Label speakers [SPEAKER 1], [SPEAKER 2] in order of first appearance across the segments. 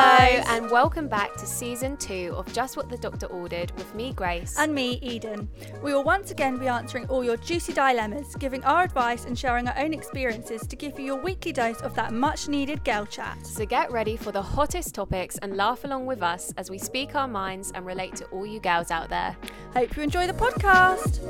[SPEAKER 1] and welcome back to season two of Just What the Doctor Ordered with me, Grace.
[SPEAKER 2] And me, Eden. We will once again be answering all your juicy dilemmas, giving our advice and sharing our own experiences to give you your weekly dose of that much needed girl chat.
[SPEAKER 1] so get ready for the hottest topics and laugh along with us as we speak our minds and relate to all you gals out there.
[SPEAKER 2] Hope you enjoy the podcast.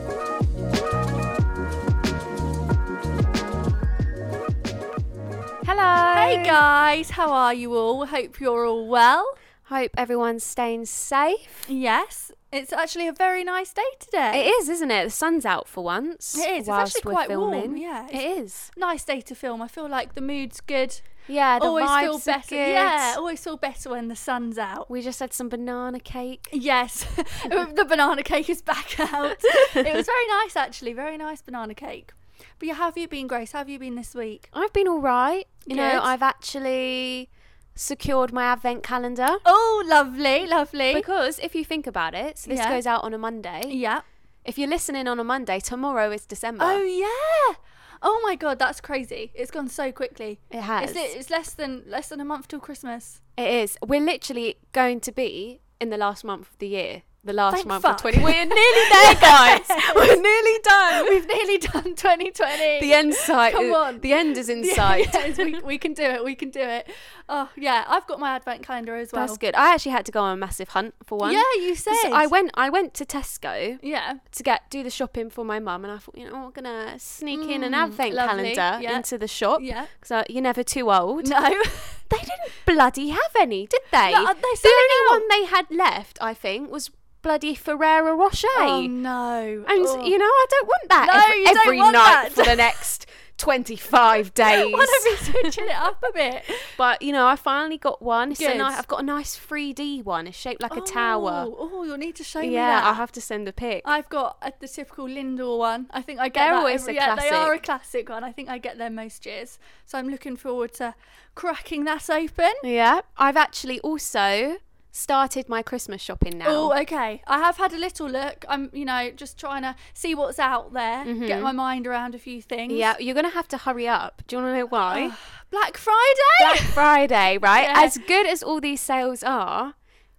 [SPEAKER 1] Hello.
[SPEAKER 2] Hey guys, how are you all? Hope you're all well.
[SPEAKER 1] Hope everyone's staying safe.
[SPEAKER 2] Yes, it's actually a very nice day
[SPEAKER 1] It
[SPEAKER 2] today.
[SPEAKER 1] is, isn't it? The sun's out for once.
[SPEAKER 2] It is. It's
[SPEAKER 1] whilst
[SPEAKER 2] actually
[SPEAKER 1] we're
[SPEAKER 2] quite warm,
[SPEAKER 1] filming.
[SPEAKER 2] yeah.
[SPEAKER 1] It is.
[SPEAKER 2] nice day to film. I feel like the mood's good.
[SPEAKER 1] Yeah, the
[SPEAKER 2] always
[SPEAKER 1] vibes
[SPEAKER 2] feel
[SPEAKER 1] are
[SPEAKER 2] better.
[SPEAKER 1] good.
[SPEAKER 2] Yeah, always feel better when the sun's out.
[SPEAKER 1] We just had some banana cake.
[SPEAKER 2] Yes, the banana cake is back out. it was very nice, actually. Very nice banana cake. But yeah, how have you been, Grace? How have you been this week?
[SPEAKER 1] I've been all right. You know,
[SPEAKER 2] Good.
[SPEAKER 1] I've actually secured my advent calendar.
[SPEAKER 2] Oh, lovely, lovely.
[SPEAKER 1] Because if you think about it, so this
[SPEAKER 2] Yeah.
[SPEAKER 1] goes out on a Monday.
[SPEAKER 2] yeah.
[SPEAKER 1] If you're listening on a Monday, tomorrow is December.
[SPEAKER 2] Oh yeah. Oh my god, that's crazy. It's gone so quickly.
[SPEAKER 1] it has.
[SPEAKER 2] It's, it's less than less than a month till Christmas.
[SPEAKER 1] it is. We're literally going to be in the last month of the year. The last
[SPEAKER 2] Thank
[SPEAKER 1] month
[SPEAKER 2] fuck.
[SPEAKER 1] of 20. We're nearly there, guys. We're nearly done.
[SPEAKER 2] We've nearly done 2020.
[SPEAKER 1] The end sight.
[SPEAKER 2] Come
[SPEAKER 1] is-
[SPEAKER 2] on.
[SPEAKER 1] The end is in
[SPEAKER 2] Yeah,
[SPEAKER 1] sight.
[SPEAKER 2] yes, we, we can do it. We can do it. Oh yeah, I've got my advent calendar as well.
[SPEAKER 1] That's good. I actually had to go on a massive hunt for one.
[SPEAKER 2] Yeah, you said.
[SPEAKER 1] 'Cause I went. I went to Tesco
[SPEAKER 2] Yeah.
[SPEAKER 1] to get do the shopping for my mum, and I thought, you know, I'm gonna sneak in an
[SPEAKER 2] Mm,
[SPEAKER 1] advent
[SPEAKER 2] lovely.
[SPEAKER 1] calendar
[SPEAKER 2] Yeah.
[SPEAKER 1] into the shop.
[SPEAKER 2] Yeah.
[SPEAKER 1] Because you're never too old.
[SPEAKER 2] No.
[SPEAKER 1] They didn't bloody have any, did they?
[SPEAKER 2] No, uh, they're
[SPEAKER 1] the
[SPEAKER 2] selling
[SPEAKER 1] only
[SPEAKER 2] out.
[SPEAKER 1] one they had left, I think, was bloody Ferrero Rocher.
[SPEAKER 2] Oh no.
[SPEAKER 1] and
[SPEAKER 2] Oh.
[SPEAKER 1] you know, I don't want that
[SPEAKER 2] No,
[SPEAKER 1] every,
[SPEAKER 2] you don't
[SPEAKER 1] every
[SPEAKER 2] want
[SPEAKER 1] night
[SPEAKER 2] that.
[SPEAKER 1] for the next twenty-five days.
[SPEAKER 2] want to be switching it up a bit.
[SPEAKER 1] but you know, I finally got one. So
[SPEAKER 2] Good.
[SPEAKER 1] now I've got a nice 3D one. It's shaped like a tower.
[SPEAKER 2] Oh, oh, you'll need to show me
[SPEAKER 1] Yeah,
[SPEAKER 2] that.
[SPEAKER 1] I'll have to send a pic.
[SPEAKER 2] I've got uh the typical Lindor one. I think I get
[SPEAKER 1] They're
[SPEAKER 2] that
[SPEAKER 1] always
[SPEAKER 2] every-
[SPEAKER 1] a
[SPEAKER 2] yeah, they are a
[SPEAKER 1] classic.
[SPEAKER 2] classic one. I think I get them most years. So I'm looking forward to cracking that open.
[SPEAKER 1] yeah, I've actually also started my Christmas shopping now.
[SPEAKER 2] Oh, okay. I have had a little look. I'm, you know, just trying to see what's out there,
[SPEAKER 1] Mm-hmm.
[SPEAKER 2] get my mind around a few things.
[SPEAKER 1] yeah, you're gonna have to hurry up. Do you want to know why?
[SPEAKER 2] Black Friday.
[SPEAKER 1] Black Friday, right?
[SPEAKER 2] Oh. Yeah.
[SPEAKER 1] As good as all these sales are,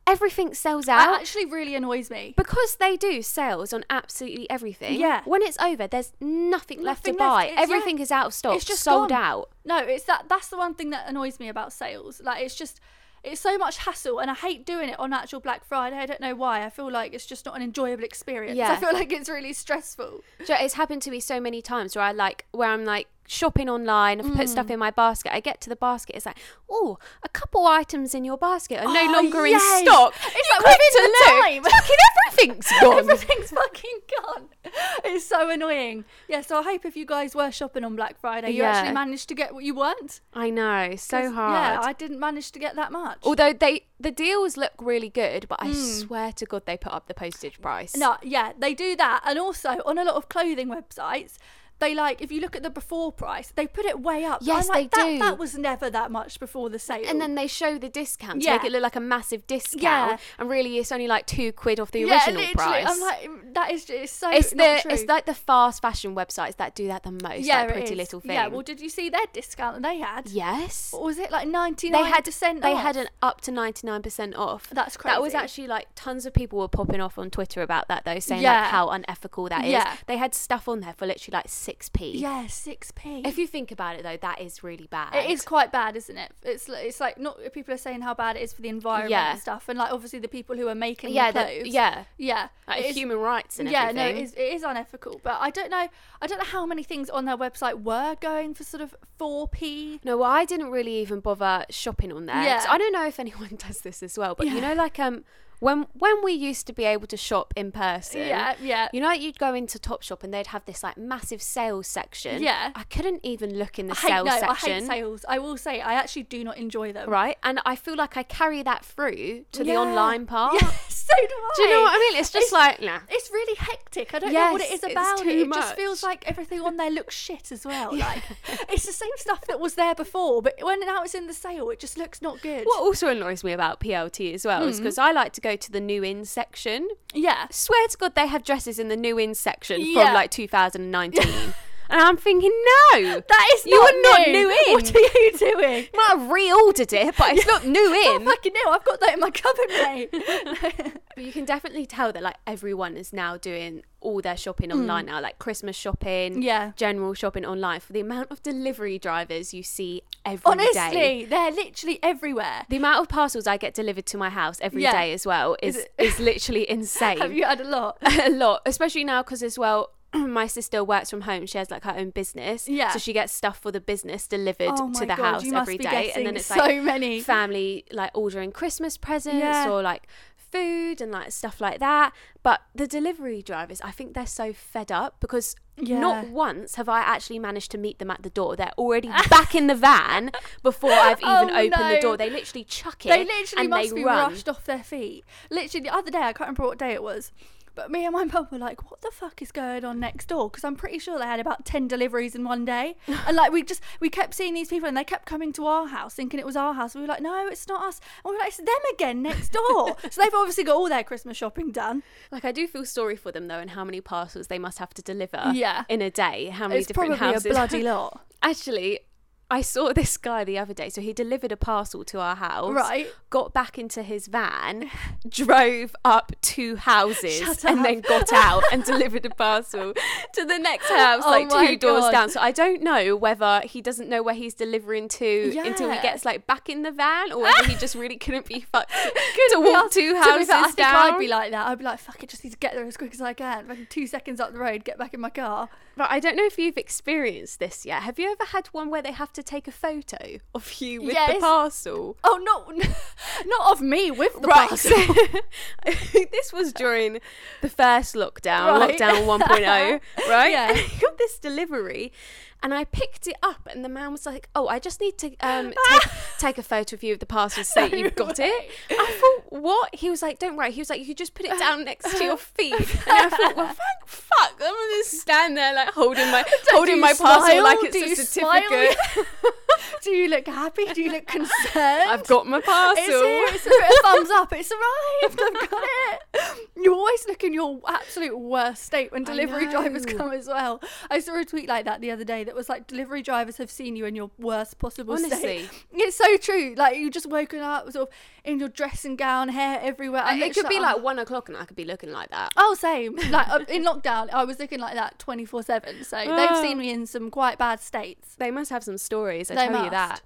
[SPEAKER 1] everything sells out.
[SPEAKER 2] that actually really annoys me.
[SPEAKER 1] because they do sales on absolutely everything.
[SPEAKER 2] Yeah.
[SPEAKER 1] When it's over, there's nothing, left to
[SPEAKER 2] Nothing left.
[SPEAKER 1] buy.
[SPEAKER 2] It's- yeah.
[SPEAKER 1] everything is out of stock.
[SPEAKER 2] It's just
[SPEAKER 1] sold
[SPEAKER 2] gone.
[SPEAKER 1] out.
[SPEAKER 2] No, it's that that's the one thing that annoys me about sales. Like it's just it's so much hassle and I hate doing it on actual Black Friday. I don't know why. I feel like it's just not an enjoyable experience.
[SPEAKER 1] Yeah.
[SPEAKER 2] I feel like it's really stressful.
[SPEAKER 1] Do you know, It's happened to me so many times where I like where I'm like shopping online, I've put stuff in my basket. I get to the basket, it's like, oh, a couple items in your basket are no
[SPEAKER 2] Oh,
[SPEAKER 1] longer
[SPEAKER 2] yes.
[SPEAKER 1] in stock.
[SPEAKER 2] It's
[SPEAKER 1] Ah, You
[SPEAKER 2] like
[SPEAKER 1] quick
[SPEAKER 2] within the
[SPEAKER 1] to look,
[SPEAKER 2] time.
[SPEAKER 1] Fucking everything's gone.
[SPEAKER 2] Everything's fucking gone. It's so annoying. Yeah, so I hope if you guys were shopping on Black Friday, you
[SPEAKER 1] Yeah.
[SPEAKER 2] actually managed to get what you want.
[SPEAKER 1] I know, so
[SPEAKER 2] 'Cause,
[SPEAKER 1] hard.
[SPEAKER 2] Yeah, I didn't manage to get that much.
[SPEAKER 1] Although they the deals look really good, but I swear to God they put up the postage price.
[SPEAKER 2] No, yeah, they do that. And also on a lot of clothing websites, they like if you look at the before price, they put it way up.
[SPEAKER 1] Yes,
[SPEAKER 2] I'm like,
[SPEAKER 1] they
[SPEAKER 2] that,
[SPEAKER 1] do.
[SPEAKER 2] That was never that much before the sale.
[SPEAKER 1] And then they show the discount to
[SPEAKER 2] Yeah.
[SPEAKER 1] make it look like a massive discount,
[SPEAKER 2] Yeah.
[SPEAKER 1] and really it's only like two quid off the
[SPEAKER 2] yeah,
[SPEAKER 1] original
[SPEAKER 2] literally,
[SPEAKER 1] price.
[SPEAKER 2] I'm like that is just, it's so
[SPEAKER 1] it's
[SPEAKER 2] not
[SPEAKER 1] the
[SPEAKER 2] true.
[SPEAKER 1] it's like the fast fashion websites that do that the most.
[SPEAKER 2] yeah,
[SPEAKER 1] like
[SPEAKER 2] it
[SPEAKER 1] Pretty
[SPEAKER 2] is.
[SPEAKER 1] Little Thing.
[SPEAKER 2] Yeah, well, did you see their discount that they had?
[SPEAKER 1] yes,
[SPEAKER 2] Or was it like ninety
[SPEAKER 1] they
[SPEAKER 2] nine?
[SPEAKER 1] had
[SPEAKER 2] percent.
[SPEAKER 1] they had an up to ninety nine percent off.
[SPEAKER 2] That's
[SPEAKER 1] That was
[SPEAKER 2] crazy.
[SPEAKER 1] actually like tons of people were popping off on Twitter about that though, saying
[SPEAKER 2] Yeah.
[SPEAKER 1] like how unethical that is.
[SPEAKER 2] Yeah.
[SPEAKER 1] They had stuff on there for literally like six p.
[SPEAKER 2] yeah six p.
[SPEAKER 1] If you think about it though, that is really bad.
[SPEAKER 2] It is quite bad, isn't it? It's li- it's like not people are saying how bad it is for the environment
[SPEAKER 1] Yeah.
[SPEAKER 2] and stuff, and like obviously the people who are making
[SPEAKER 1] Yeah,
[SPEAKER 2] the
[SPEAKER 1] the-
[SPEAKER 2] clothes.
[SPEAKER 1] yeah.
[SPEAKER 2] yeah,
[SPEAKER 1] like
[SPEAKER 2] It is-
[SPEAKER 1] human rights and
[SPEAKER 2] yeah,
[SPEAKER 1] everything.
[SPEAKER 2] no, it is, it is unethical. But I don't know. I don't know how many things on their website were going for sort of four p.
[SPEAKER 1] No, well, I didn't really even bother shopping on there.
[SPEAKER 2] Yeah.
[SPEAKER 1] So I don't know if anyone does this as well, but you
[SPEAKER 2] Yeah.
[SPEAKER 1] know, like um, when when we used to be able to shop in person,
[SPEAKER 2] Yeah, yeah.
[SPEAKER 1] you know, like, you'd go into Topshop and they'd have this like massive sales section.
[SPEAKER 2] Yeah.
[SPEAKER 1] I couldn't even look in the
[SPEAKER 2] I hate
[SPEAKER 1] sales
[SPEAKER 2] no, I
[SPEAKER 1] section.
[SPEAKER 2] hate sales. I will say I actually do not enjoy them.
[SPEAKER 1] Right, and I feel like I carry that through to the
[SPEAKER 2] Yeah.
[SPEAKER 1] online part.
[SPEAKER 2] Yeah, so do I.
[SPEAKER 1] Do you know what I mean? It's just like, nah.
[SPEAKER 2] It's really hectic. I don't know what it
[SPEAKER 1] Yes,
[SPEAKER 2] is
[SPEAKER 1] it's
[SPEAKER 2] about
[SPEAKER 1] too
[SPEAKER 2] it. It just
[SPEAKER 1] much.
[SPEAKER 2] feels like everything on there looks shit as well. Like it's the same stuff that was there before, but when now it's in the sale, it just looks not good.
[SPEAKER 1] What also annoys me about PLT as well
[SPEAKER 2] Hmm.
[SPEAKER 1] is because I like to go to the new in section.
[SPEAKER 2] Yeah.
[SPEAKER 1] swear to God, they have dresses in the new in section
[SPEAKER 2] Yeah.
[SPEAKER 1] from like 2019. And I'm thinking, no,
[SPEAKER 2] That is
[SPEAKER 1] You're not new in.
[SPEAKER 2] What are you doing?
[SPEAKER 1] I might have reordered it, but it's not new
[SPEAKER 2] Not
[SPEAKER 1] in.
[SPEAKER 2] fucking new. I've got that in my cupboard, mate.
[SPEAKER 1] But you can definitely tell that like everyone is now doing all their shopping online now, like Christmas shopping,
[SPEAKER 2] Yeah.
[SPEAKER 1] general shopping online. For the amount of delivery drivers you see every day.
[SPEAKER 2] Honestly, they're literally everywhere.
[SPEAKER 1] The amount of parcels I get delivered to my house every day
[SPEAKER 2] Yeah.
[SPEAKER 1] as well is
[SPEAKER 2] it-
[SPEAKER 1] is literally insane.
[SPEAKER 2] Have you had a lot?
[SPEAKER 1] a lot, especially now because as well. My sister works from home. She has like her own business,
[SPEAKER 2] Yeah.
[SPEAKER 1] So she gets stuff for the business delivered
[SPEAKER 2] Oh my
[SPEAKER 1] to the
[SPEAKER 2] God,
[SPEAKER 1] house
[SPEAKER 2] you must
[SPEAKER 1] every
[SPEAKER 2] be
[SPEAKER 1] day, and then
[SPEAKER 2] getting
[SPEAKER 1] it's
[SPEAKER 2] so
[SPEAKER 1] like
[SPEAKER 2] many.
[SPEAKER 1] family like ordering Christmas presents
[SPEAKER 2] Yeah.
[SPEAKER 1] or like food and like stuff like that. But the delivery drivers, I think they're so fed up because not
[SPEAKER 2] Yeah.
[SPEAKER 1] once have I actually managed to meet them at the door. They're already back in the van before I've even
[SPEAKER 2] Oh,
[SPEAKER 1] opened the
[SPEAKER 2] no.
[SPEAKER 1] door. They literally chuck it.
[SPEAKER 2] They literally
[SPEAKER 1] and
[SPEAKER 2] must
[SPEAKER 1] they
[SPEAKER 2] be
[SPEAKER 1] run.
[SPEAKER 2] rushed off their feet. Literally, the other day, I can't remember what day it was, but me and my mum were like, what the fuck is going on next door? Because I'm pretty sure they had about 10 deliveries in one day. and like, we just, we kept seeing these people and they kept coming to our house thinking it was our house. We were like, no, it's not us. And we were like, it's them again next door. so they've obviously got all their Christmas shopping done.
[SPEAKER 1] Like I do feel sorry for them though, and how many parcels they must have to deliver
[SPEAKER 2] Yeah.
[SPEAKER 1] in a day. How many
[SPEAKER 2] it's
[SPEAKER 1] different
[SPEAKER 2] probably
[SPEAKER 1] houses?
[SPEAKER 2] a bloody lot.
[SPEAKER 1] Actually, I saw this guy the other day. So he delivered a parcel to our house.
[SPEAKER 2] Right.
[SPEAKER 1] Got back into his van, drove up two houses,
[SPEAKER 2] Shut
[SPEAKER 1] and
[SPEAKER 2] up.
[SPEAKER 1] then got out and delivered a parcel to the next house,
[SPEAKER 2] Oh
[SPEAKER 1] like
[SPEAKER 2] my
[SPEAKER 1] two doors
[SPEAKER 2] God.
[SPEAKER 1] down. So I don't know whether he doesn't know where he's delivering to until he
[SPEAKER 2] Yeah.
[SPEAKER 1] gets like back in the van, or whether Oh, he just really couldn't be fucked to
[SPEAKER 2] be
[SPEAKER 1] walk
[SPEAKER 2] asked-
[SPEAKER 1] two
[SPEAKER 2] to be fair,
[SPEAKER 1] houses
[SPEAKER 2] I think
[SPEAKER 1] down.
[SPEAKER 2] I'd be like that. I'd be like, fuck it, just need to get there as quick as I can. Fucking two seconds up the road, get back in my car.
[SPEAKER 1] But I don't know if you've experienced this yet. Have you ever had one where they have to take a photo of you with the
[SPEAKER 2] Yes.
[SPEAKER 1] parcel?
[SPEAKER 2] Oh, not not of me with the
[SPEAKER 1] Right.
[SPEAKER 2] bus.
[SPEAKER 1] this was during the first lockdown,
[SPEAKER 2] Right.
[SPEAKER 1] lockdown 1.0, right?
[SPEAKER 2] Yeah.
[SPEAKER 1] And I got this delivery and I picked it up and the man was like, "Oh, I just need to um, take, take a photo of you of the parcel so that
[SPEAKER 2] No
[SPEAKER 1] you've got
[SPEAKER 2] way.
[SPEAKER 1] it." I thought, "What?" He was like, "Don't worry." He was like, "You could just put it down next to your feet." And I thought, "Well, thank fuck, I'm gonna stand there like holding my holding
[SPEAKER 2] you
[SPEAKER 1] my parcel
[SPEAKER 2] smile?
[SPEAKER 1] like it's
[SPEAKER 2] Do
[SPEAKER 1] a
[SPEAKER 2] you smile?
[SPEAKER 1] certificate."
[SPEAKER 2] Do you look happy? Do you look concerned?
[SPEAKER 1] I've got my parcel.
[SPEAKER 2] It's here. It's a bit of thumbs up. It's arrived. I've got it. You always look in your absolute worst state when
[SPEAKER 1] I
[SPEAKER 2] delivery drivers
[SPEAKER 1] know.
[SPEAKER 2] come as well. I saw a tweet like that the other day that was like, "Delivery drivers have seen you in your worst possible
[SPEAKER 1] Honestly.
[SPEAKER 2] state." It's so true. Like you just woken up, sort of in your dressing gown, hair everywhere. I
[SPEAKER 1] And it
[SPEAKER 2] looked
[SPEAKER 1] could be
[SPEAKER 2] up.
[SPEAKER 1] like one o'clock and I could be looking like that.
[SPEAKER 2] Oh, same. Like uh, in lockdown, I was looking like that twenty four seven. So they've
[SPEAKER 1] Oh.
[SPEAKER 2] seen me in some quite bad states.
[SPEAKER 1] They must have some stories, I
[SPEAKER 2] They
[SPEAKER 1] tell
[SPEAKER 2] must.
[SPEAKER 1] you that.